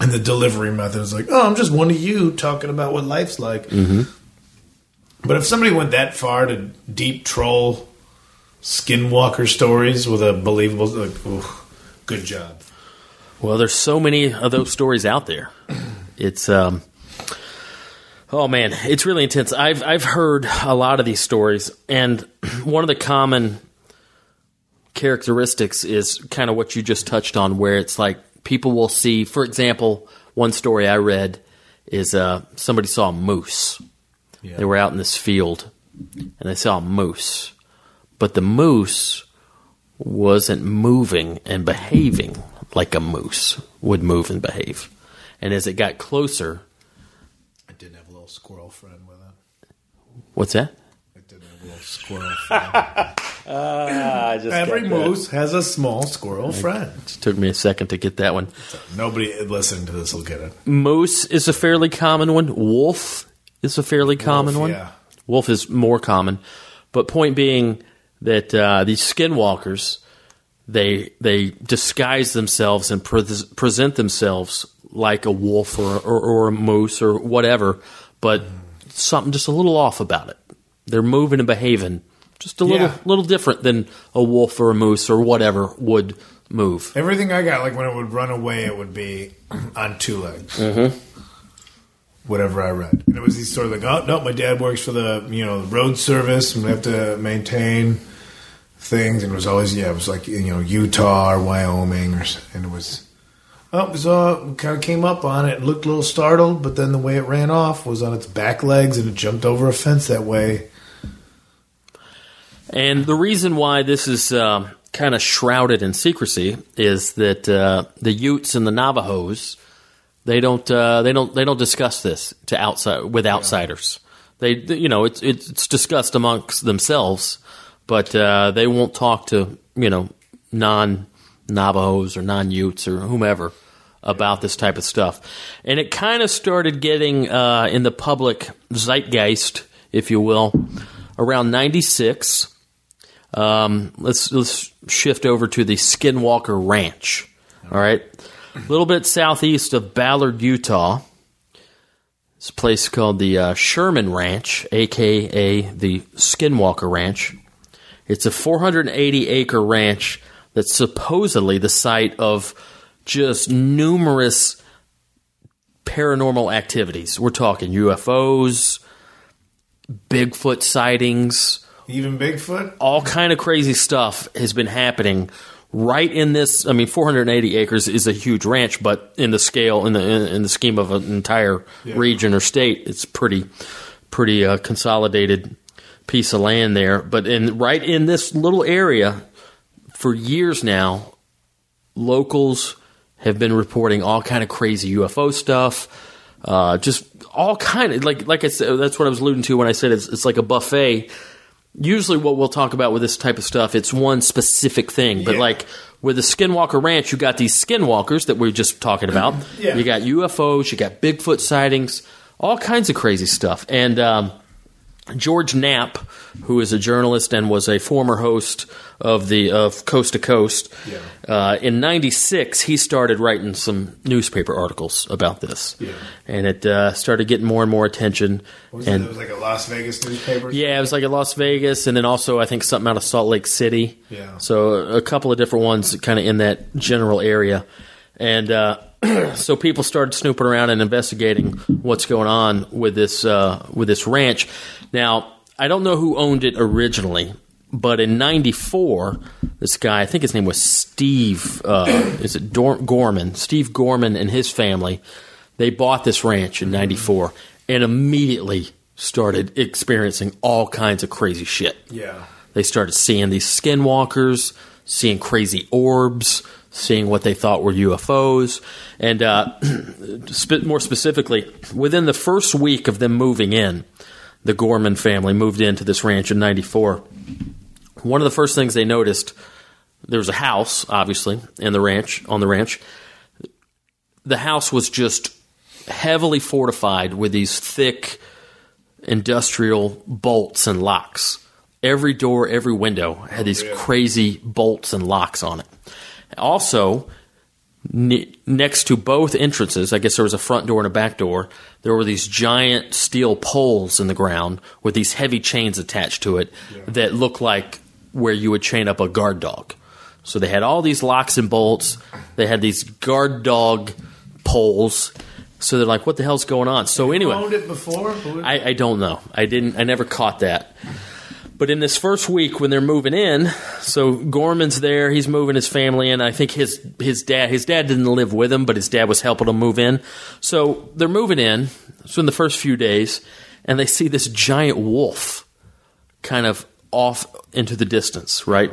[SPEAKER 3] and the delivery method is like, "Oh, I'm just one of you talking about what life's like."
[SPEAKER 4] Mm-hmm.
[SPEAKER 3] But if somebody went that far to deep troll skinwalker stories with a believable, like, ooh, good job.
[SPEAKER 4] Well, there's so many of those stories out there. It's um Oh man, it's really intense. I've I've heard a lot of these stories and one of the common characteristics is kind of what you just touched on where it's like people will see, for example, one story I read is uh somebody saw a moose. They were out in this field and they saw a moose. But the moose wasn't moving and behaving like a moose would move and behave. And as it got closer,
[SPEAKER 3] I did have a little squirrel friend with it.
[SPEAKER 4] what's that?
[SPEAKER 3] I did have a little squirrel friend.
[SPEAKER 4] Ah, I just
[SPEAKER 3] Every moose has a small squirrel friend.
[SPEAKER 4] took me a second to get that one.
[SPEAKER 3] Nobody listening to this will get it.
[SPEAKER 4] Moose is a fairly common one. Wolf is a fairly common one.
[SPEAKER 3] yeah.
[SPEAKER 4] Wolf is more common, but point being that uh, these skinwalkers they they disguise themselves and pres present themselves like a wolf or, or or a moose or whatever, but something just a little off about it. They're moving and behaving just a little
[SPEAKER 3] Yeah.
[SPEAKER 4] little different than a wolf or a moose or whatever would move.
[SPEAKER 3] Everything I got, like when it would run away, it would be on two legs. Mm-hmm. Whatever I read, and it was these sort of like, oh no, my dad works for the you know the road service, and we have to maintain things, and it was always yeah, it was like you know Utah or Wyoming, or s- and it was. Oh, it was all kind of came up on it, looked a little startled, but then the way it ran off was on its back legs and it jumped over a fence that way.
[SPEAKER 4] And the reason why this is um, kind uh, of shrouded in secrecy is that uh, the Utes and the Navajos They don't. Uh, they don't. They don't discuss this to outside with outsiders. They, they- you know, it's it's it's discussed amongst themselves, but uh, they won't talk to you know non Navajos or non Utes or whomever about this type of stuff. And it kind of started getting uh, in the public zeitgeist, if you will, around '96. Um, let's let's shift over to the Skinwalker Ranch. All right, a little bit southeast of Ballard, Utah. It's a place called the uh, Sherman Ranch, aka the Skinwalker Ranch. It's a 480 acre ranch that's supposedly the site of just numerous paranormal activities. We're talking UFOs, Bigfoot sightings
[SPEAKER 3] Even Bigfoot?
[SPEAKER 4] all kind of crazy stuff has been happening right in this i mean 480 acres is a huge ranch but in the scale in the in, in the scheme of an entire region or state it's pretty pretty uh, consolidated piece of land there but in right in this little area for years now locals have been reporting all kind of crazy UFO stuff. Uh, just all kind of like like I said, that's what I was alluding to when I said it's, it's like a buffet. Usually, what we'll talk about with this type of stuff, it's one specific thing. But
[SPEAKER 3] Yeah.
[SPEAKER 4] like with the Skinwalker Ranch, you got these skinwalkers that we were just talking about.
[SPEAKER 3] Yeah.
[SPEAKER 4] You got UFOs, you got Bigfoot sightings, all kinds of crazy stuff. And um, George Knapp, who is a journalist and was a former host of the of Coast to Coast, uh, in '96 he started writing some newspaper articles about this,
[SPEAKER 3] Yeah.
[SPEAKER 4] and it uh, started getting more and more attention.
[SPEAKER 3] Was it,
[SPEAKER 4] and
[SPEAKER 3] it was like a Las Vegas newspaper?
[SPEAKER 4] yeah, it was like in Las Vegas, and then also I think something out of Salt Lake City.
[SPEAKER 3] Yeah.
[SPEAKER 4] So a couple of different ones, kind of in that general area, and uh, so people started snooping around and investigating what's going on with this uh, with this ranch. Now I don't know who owned it originally, but in '94, this guy I think his name was Steve. Uh, is it Dor- Gorman? Steve Gorman and his family they bought this ranch in 94 and immediately started experiencing all kinds of crazy shit.
[SPEAKER 3] Yeah.
[SPEAKER 4] They started seeing these skinwalkers, seeing crazy orbs, seeing what they thought were UFOs. And uh, sp- more specifically, within the first week of them moving in, the Gorman family moved into this ranch in 94. One of the first things they noticed there was a house, obviously, in the ranch, on the ranch. The house was just heavily fortified with these thick industrial bolts and locks. Every door, every window had these crazy bolts and locks on it. Also, ne- next to both entrances, I guess there was a front door and a back door, there were these giant steel poles in the ground with these heavy chains attached to it that looked like where you would chain up a guard dog. So they had all these locks and bolts, they had these guard dog poles. So they're like, what the hell's going on? So anyway,
[SPEAKER 3] Owned it before? Who-
[SPEAKER 4] I, I don't know. I didn't. I never caught that. But in this first week, when they're moving in, so Gorman's there. He's moving his family in. I think his his dad his dad didn't live with him, but his dad was helping him move in. So they're moving in. So in the first few days, and they see this giant wolf kind of off into the distance, right?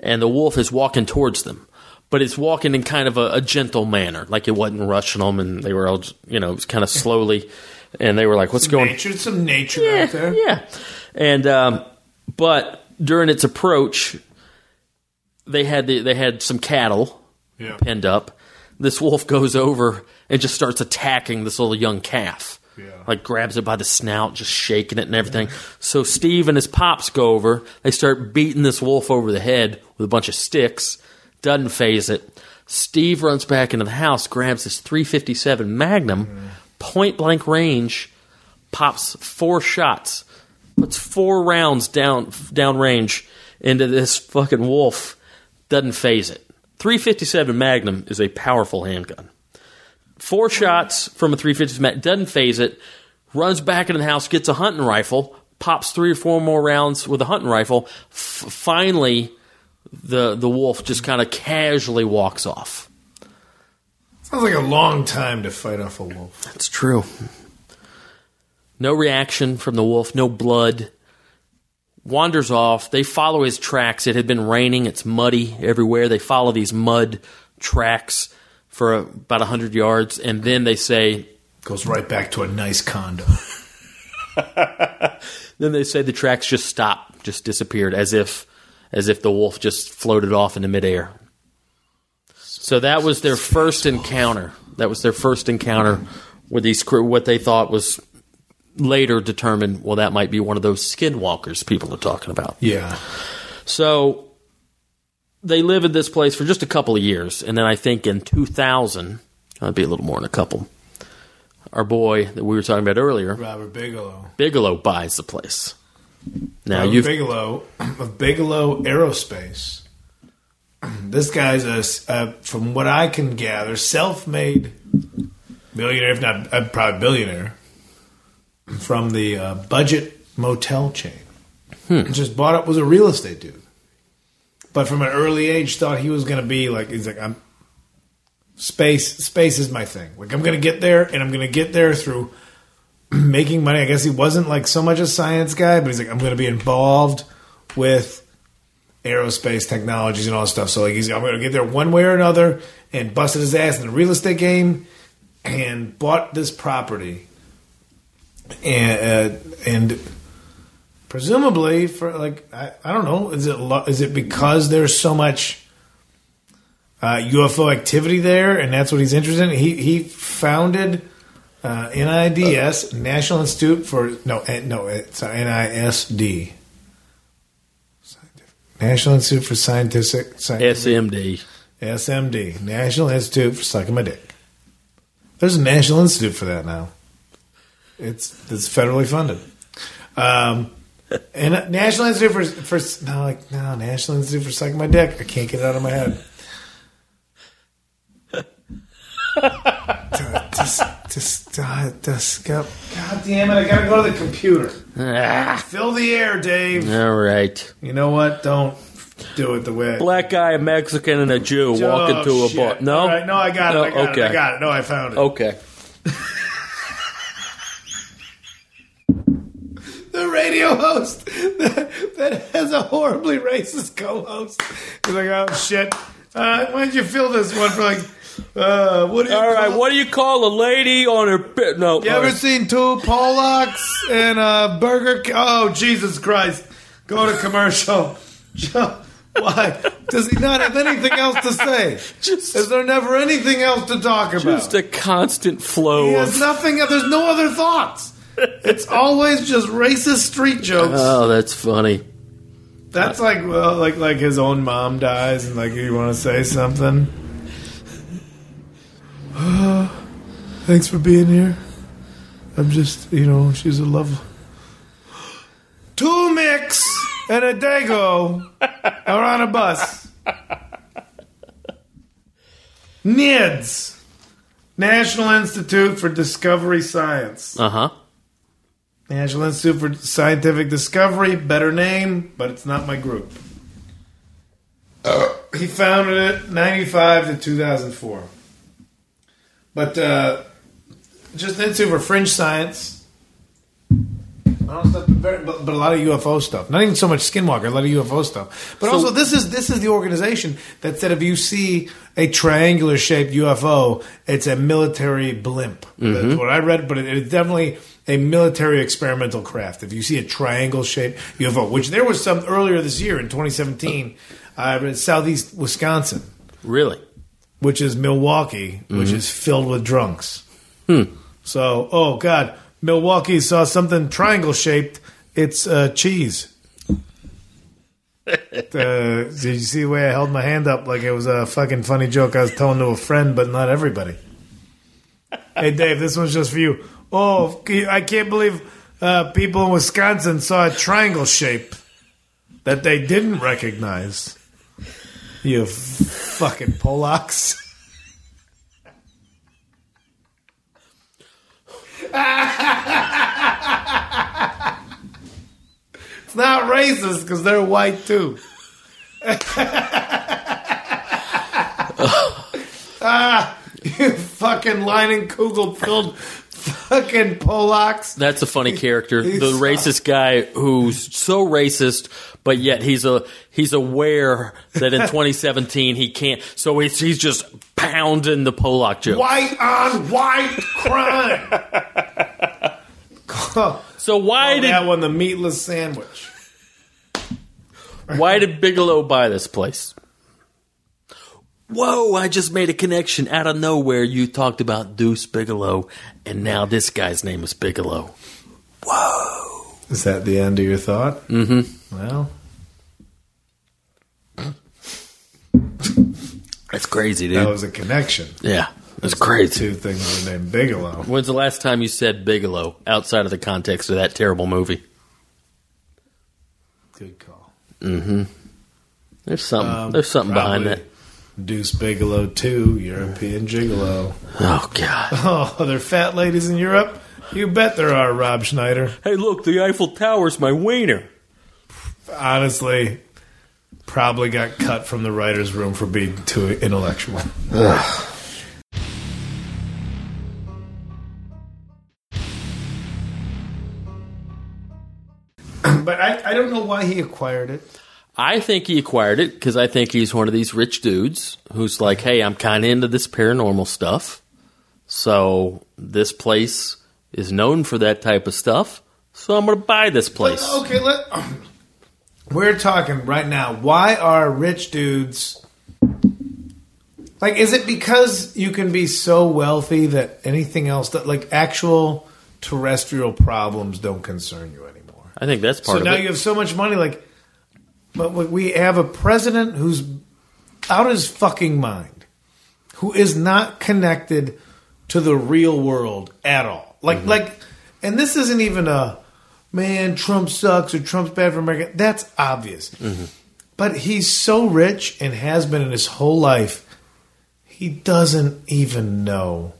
[SPEAKER 4] And the wolf is walking towards them, but it's walking in kind of a, a gentle manner, like it wasn't rushing them, and they were all, you know, it was kind of slowly, and they were like, "What's going?"
[SPEAKER 3] Nature, some nature out
[SPEAKER 4] Yeah,
[SPEAKER 3] there.
[SPEAKER 4] yeah. And um, but during its approach, they had the, they had some cattle
[SPEAKER 3] Yeah.
[SPEAKER 4] penned up. This wolf goes over and just starts attacking this little young calf.
[SPEAKER 3] Yeah.
[SPEAKER 4] Like grabs it by the snout, just shaking it and everything. So Steve and his pops go over. They start beating this wolf over the head with a bunch of sticks. Doesn't phase it. Steve runs back into the house, grabs his 357 Magnum, point blank range, pops four shots, puts four rounds down down range into this fucking wolf. Doesn't phase it. 357 Magnum is a powerful handgun. Four shots from a 357 Magnum doesn't phase it. Runs back into the house, gets a hunting rifle, pops three or four more rounds with a hunting rifle. F- finally, the the wolf just kind of casually walks off.
[SPEAKER 3] Sounds like a long time to fight off a wolf.
[SPEAKER 4] That's true. No reaction from the wolf, no blood. Wanders off. They follow his tracks. It had been raining, it's muddy everywhere. They follow these mud tracks. for about 100 yards, and then they say,
[SPEAKER 3] Goes right back to a nice condo.
[SPEAKER 4] then they say the tracks just stopped, just disappeared, as if, as if the wolf just floated off into midair. So that was their first encounter. That was their first encounter with these cr- what they thought was later determined. Well, that might be one of those skinwalkers people are talking about.
[SPEAKER 3] Yeah.
[SPEAKER 4] So they live in this place for just a couple of years, and then I think in 2000, that'd be a little more than a couple. Our boy that we were talking about earlier,
[SPEAKER 3] Robert Bigelow.
[SPEAKER 4] Bigelow buys the place. Now
[SPEAKER 3] Robert
[SPEAKER 4] you've
[SPEAKER 3] Bigelow of Bigelow Aerospace. This guy's a, s- a- from what I can gather, self-made millionaire, if not uh, probably billionaire, from the uh, budget motel chain.
[SPEAKER 4] Hmm.
[SPEAKER 3] Just bought up was a real estate dude, but from an early age thought he was going to be like he's like I'm. Space, space is my thing. Like I'm going to get there, and I'm going to get there through making money. I guess he wasn't like so much a science guy, but he's like, I'm going to be involved with aerospace technologies and all that stuff. So like, he's I'm going to get there one way or another, and busted his ass in the real estate game, and bought this property, and uh, and presumably for like I, I don't know is it lo- is it because there's so much. Uh, UFO activity there, and that's what he's interested in. He he founded uh, NIDS, National Institute for no, eh, no, it's NISD, Scientific- National Institute for Scientific, Scientific
[SPEAKER 4] SMD.
[SPEAKER 3] SMD, National Institute for Sucking My Dick. There's a national institute for that now. It's it's federally funded. Um, and National Institute for for no like no National Institute for Sucking My Dick. I can't get it out of my head. just, just, just, just go. God damn it! I gotta go to the computer.
[SPEAKER 4] Ah,
[SPEAKER 3] Fill the air, Dave.
[SPEAKER 4] all right.
[SPEAKER 3] You know what? Don't do it the way. I-
[SPEAKER 4] Black guy, a Mexican, and a Jew walk
[SPEAKER 3] Oh,
[SPEAKER 4] into a
[SPEAKER 3] shit.
[SPEAKER 4] bar. No,
[SPEAKER 3] All right, no, I got it. I got
[SPEAKER 4] okay. Oh.
[SPEAKER 3] it. I got it. No, I found it.
[SPEAKER 4] Okay.
[SPEAKER 3] The radio host that, that has a horribly racist co-host. He's like, oh shit. Uh, why did you fill this one for like? Uh, what do you
[SPEAKER 4] All right.
[SPEAKER 3] call-
[SPEAKER 4] What do you call a lady on her? bi- No. uh,
[SPEAKER 3] You
[SPEAKER 4] all
[SPEAKER 3] ever
[SPEAKER 4] right.
[SPEAKER 3] seen two Polacks and a Burger? Ki- Oh Jesus Christ! Go to commercial. Joe, Why does he not have anything else to say?
[SPEAKER 4] Just-
[SPEAKER 3] Is there never anything else to talk about?
[SPEAKER 4] Just a constant flow
[SPEAKER 3] He
[SPEAKER 4] of
[SPEAKER 3] has nothing. There's no other thoughts. It's always just racist street jokes.
[SPEAKER 4] Oh, that's funny.
[SPEAKER 3] That's like well, like like his own mom dies, and like you want to say something. Thanks for being here. I'm just, you know, she's a love. Two mix and a dago are on a bus. NIDS, National Institute for Discovery Science.
[SPEAKER 4] Uh huh.
[SPEAKER 3] National Institute for Scientific Discovery, better name, but it's not my group. he founded it 95 to 2004. But uh, just Institute for Fringe Science. I don't know, very- But, but a lot of UFO stuff. Not even so much Skinwalker. A lot of UFO stuff. But also, this is this is the organization that said if you see a triangular shaped UFO, it's a military blimp. That's what I read. But it, it's definitely a military experimental craft. If you see a triangle shaped UFO, which there was some earlier this year in 2017, uh, in southeast Wisconsin,
[SPEAKER 4] Really?
[SPEAKER 3] which is Milwaukee, which is filled with drunks. So, oh God, Milwaukee saw something triangle shaped. It's uh, cheese. uh, did you see the way I held my hand up like it was a fucking funny joke I was telling to a friend, but not everybody? hey, Dave, this one's just for you. Oh, I can't believe uh, people in Wisconsin saw a triangle shape that they didn't recognize. You f- fucking Polacks. it's not racist because they're white too. ah, you fucking Leinen Kugel filled fucking Polacks.
[SPEAKER 4] That's a funny character.
[SPEAKER 3] He's-
[SPEAKER 4] the racist guy who's so racist, but yet he's a he's aware that in 2017 he can't. So he's he's just pounding the Pollock joke.
[SPEAKER 3] White on white crime.
[SPEAKER 4] So why did
[SPEAKER 3] that one, the meatless sandwich.
[SPEAKER 4] why did Bigelow buy this place? Whoa! I just made a connection out of nowhere. You talked about Deuce Bigelow, and now this guy's name is Bigelow.
[SPEAKER 3] Is that the end of your thought? Mm
[SPEAKER 4] Mm-hmm.
[SPEAKER 3] hmm. Well,
[SPEAKER 4] That's crazy, dude.
[SPEAKER 3] that was a connection.
[SPEAKER 4] yeah, that's crazy.
[SPEAKER 3] Two things with the name Bigelow.
[SPEAKER 4] When's the last time you said Bigelow outside of the context of that terrible movie?
[SPEAKER 3] Good call.
[SPEAKER 4] There's something. there's something behind that.
[SPEAKER 3] Um, Probably Deuce Bigelow 2, European Gigolo.
[SPEAKER 4] Oh God!
[SPEAKER 3] Oh, are there fat ladies in Europe? You bet there are, Rob Schneider.
[SPEAKER 4] hey, look, the Eiffel Tower's my wiener.
[SPEAKER 3] Honestly, probably got cut from the writer's room for being too intellectual. but I, I don't know why he acquired it.
[SPEAKER 4] I think he acquired it because I think he's one of these rich dudes who's like, hey, I'm kind of into this paranormal stuff. So this place is known for that type of stuff. So I'm going to buy this place.
[SPEAKER 3] But, okay, let. We're talking right now. Why are rich dudes like? Is it because you can be so wealthy that anything else that like actual terrestrial problems don't concern you anymore?
[SPEAKER 4] I think that's part
[SPEAKER 3] so
[SPEAKER 4] of
[SPEAKER 3] now
[SPEAKER 4] it.
[SPEAKER 3] you have so much money. Like, but we- we have a president who's out his fucking mind, who is not connected to the real world at all. Like,
[SPEAKER 4] Mm-hmm.
[SPEAKER 3] like, and this isn't even a man. Trump sucks or Trump's bad for America. That's obvious.
[SPEAKER 4] Mm-hmm.
[SPEAKER 3] But he's so rich and has been in his whole life. He doesn't even know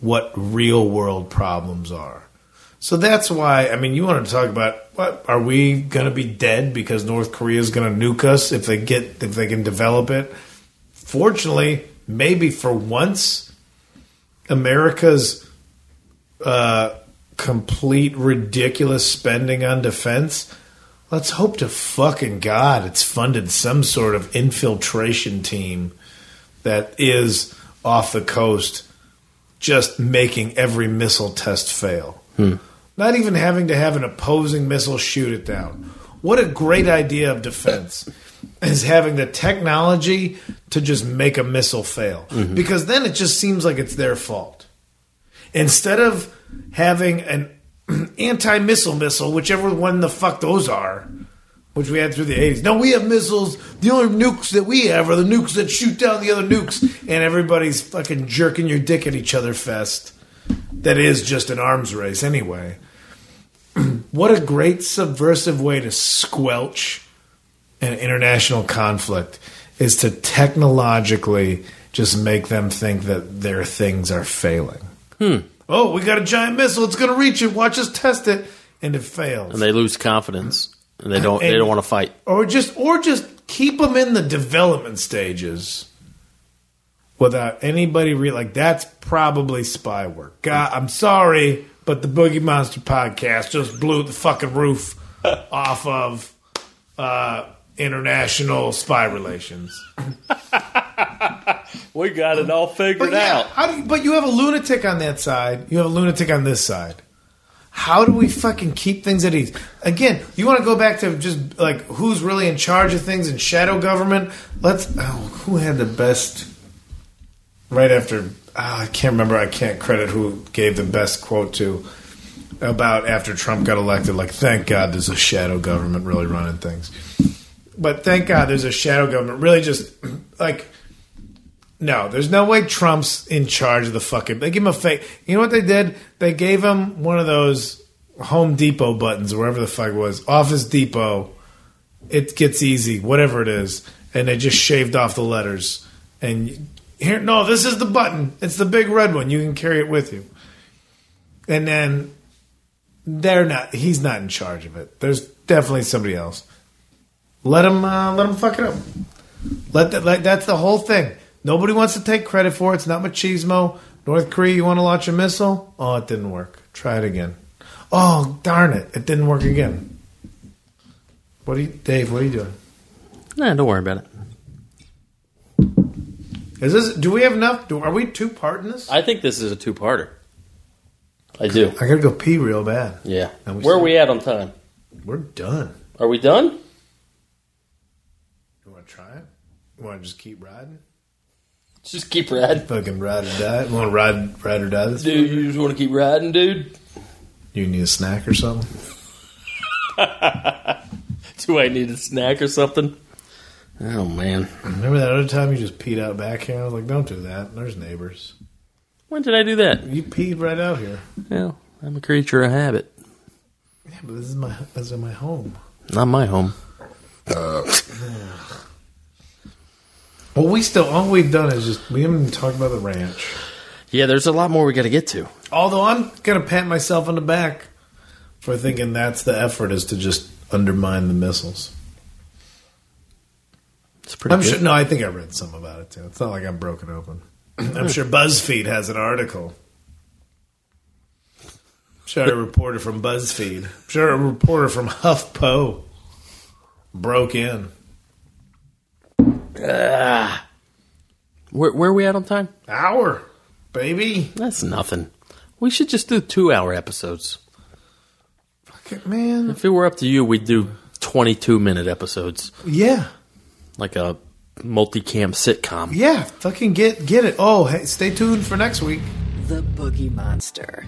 [SPEAKER 3] what real world problems are. So that's why, I mean, you want to talk about what are we going to be dead because North Korea is going to nuke us if they get if they can develop it? Fortunately, maybe for once, America's uh, complete ridiculous spending on defense. Let's hope to fucking God it's funded some sort of infiltration team that is off the coast just making every missile test fail. Not even having to have an opposing missile shoot it down. What a great idea of defense is having the technology to just make a missile fail. Because then it just seems like it's their fault. Instead of having an anti missile missile, whichever one the fuck those are, which we had through the 80s. No, we have missiles. The only nukes that we have are the nukes that shoot down the other nukes, and everybody's fucking jerking your dick at each other fest. That is just an arms race, anyway. what a great subversive way to squelch an international conflict is to technologically just make them think that their things are failing.
[SPEAKER 4] Hmm.
[SPEAKER 3] Oh, we got a giant missile. It's going to reach it. Watch us test it. And it fails
[SPEAKER 4] and they lose confidence. And they don't. they
[SPEAKER 3] And-
[SPEAKER 4] don't want to fight.
[SPEAKER 3] or just or just keep them in the development stages without anybody re- like that's probably spy work. God, I'm sorry, but the Boogie Monster podcast just blew the fucking roof off of uh, international spy relations.
[SPEAKER 4] We got it all figured
[SPEAKER 3] But yeah, how do you, but you have a lunatic on that side. You have a lunatic on this side. How do we fucking keep things at ease? Again, you want to go back to just like who's really in charge of things in shadow government? Let's. Oh, who had the best? Right after, oh, I can't remember. I can't credit who gave the best quote to about after Trump got elected. Like, thank God there's a shadow government really running things. But thank God there's a shadow government really just like no, there's no way Trump's in charge of the fucking. They give him a fake. You know what they did? They gave him one of those Home Depot buttons, or wherever the fuck it was, Office Depot. It gets easy, whatever it is, and they just shaved off the letters. And here, no, this is the button. It's the big red one. You can carry it with you. And then they're not. He's not in charge of it. There's definitely somebody else. Let him. Uh, let him fuck it up. Let that. Let, that's the whole thing. Nobody wants to take credit for it. It's not machismo. North Korea, you want to launch a missile? Oh, it didn't work. Try it again. Oh, darn it! It didn't work again. What are you, Dave? What are you doing?
[SPEAKER 4] Nah, don't worry about it.
[SPEAKER 3] Is this? Do we have enough? Do, are we two parting this? I,
[SPEAKER 4] I think this is a two-parter. I do.
[SPEAKER 3] gotta go pee real bad.
[SPEAKER 4] Yeah.
[SPEAKER 3] And we
[SPEAKER 4] Where are
[SPEAKER 3] said-
[SPEAKER 4] we at on time?
[SPEAKER 3] We're done.
[SPEAKER 4] Are we done?
[SPEAKER 3] You want to try it? You want to just keep riding?
[SPEAKER 4] Let's just keep riding.
[SPEAKER 3] Fucking ride or die. Want to ride, ride or die? This
[SPEAKER 4] Dude, you just want to keep riding, dude?
[SPEAKER 3] You need a snack or something?
[SPEAKER 4] Do I need a snack or something? Oh, man.
[SPEAKER 3] Remember that other time you just peed out back here? I was like, don't do that. There's neighbors.
[SPEAKER 4] When did I do that?
[SPEAKER 3] You peed right out here.
[SPEAKER 4] Yeah, I'm a creature of habit.
[SPEAKER 3] Yeah, but this is my this is my home.
[SPEAKER 4] Not my home.
[SPEAKER 3] Well, we still all we've done is just we haven't even talked about the ranch.
[SPEAKER 4] Yeah, there's a lot more we got to get to.
[SPEAKER 3] Although I'm gonna pat myself on the back for thinking that's the effort is to just undermine the missiles.
[SPEAKER 4] It's pretty
[SPEAKER 3] I'm
[SPEAKER 4] good.
[SPEAKER 3] sure. No, I think I read some about it too. It's not like I'm broken open. I'm sure BuzzFeed has an article. I'm sure a reporter from BuzzFeed. I'm sure a reporter from HuffPo broke in.
[SPEAKER 4] Where, where are we at on time?
[SPEAKER 3] Hour, baby.
[SPEAKER 4] That's nothing. We should just do two hour episodes.
[SPEAKER 3] Fuck it, man.
[SPEAKER 4] If it were up to you, we'd do 22 minute episodes,
[SPEAKER 3] Yeah.
[SPEAKER 4] like a multi cam sitcom.
[SPEAKER 3] Yeah, fucking get get it. Oh, hey, stay tuned for next week.
[SPEAKER 2] The Boogie Monster.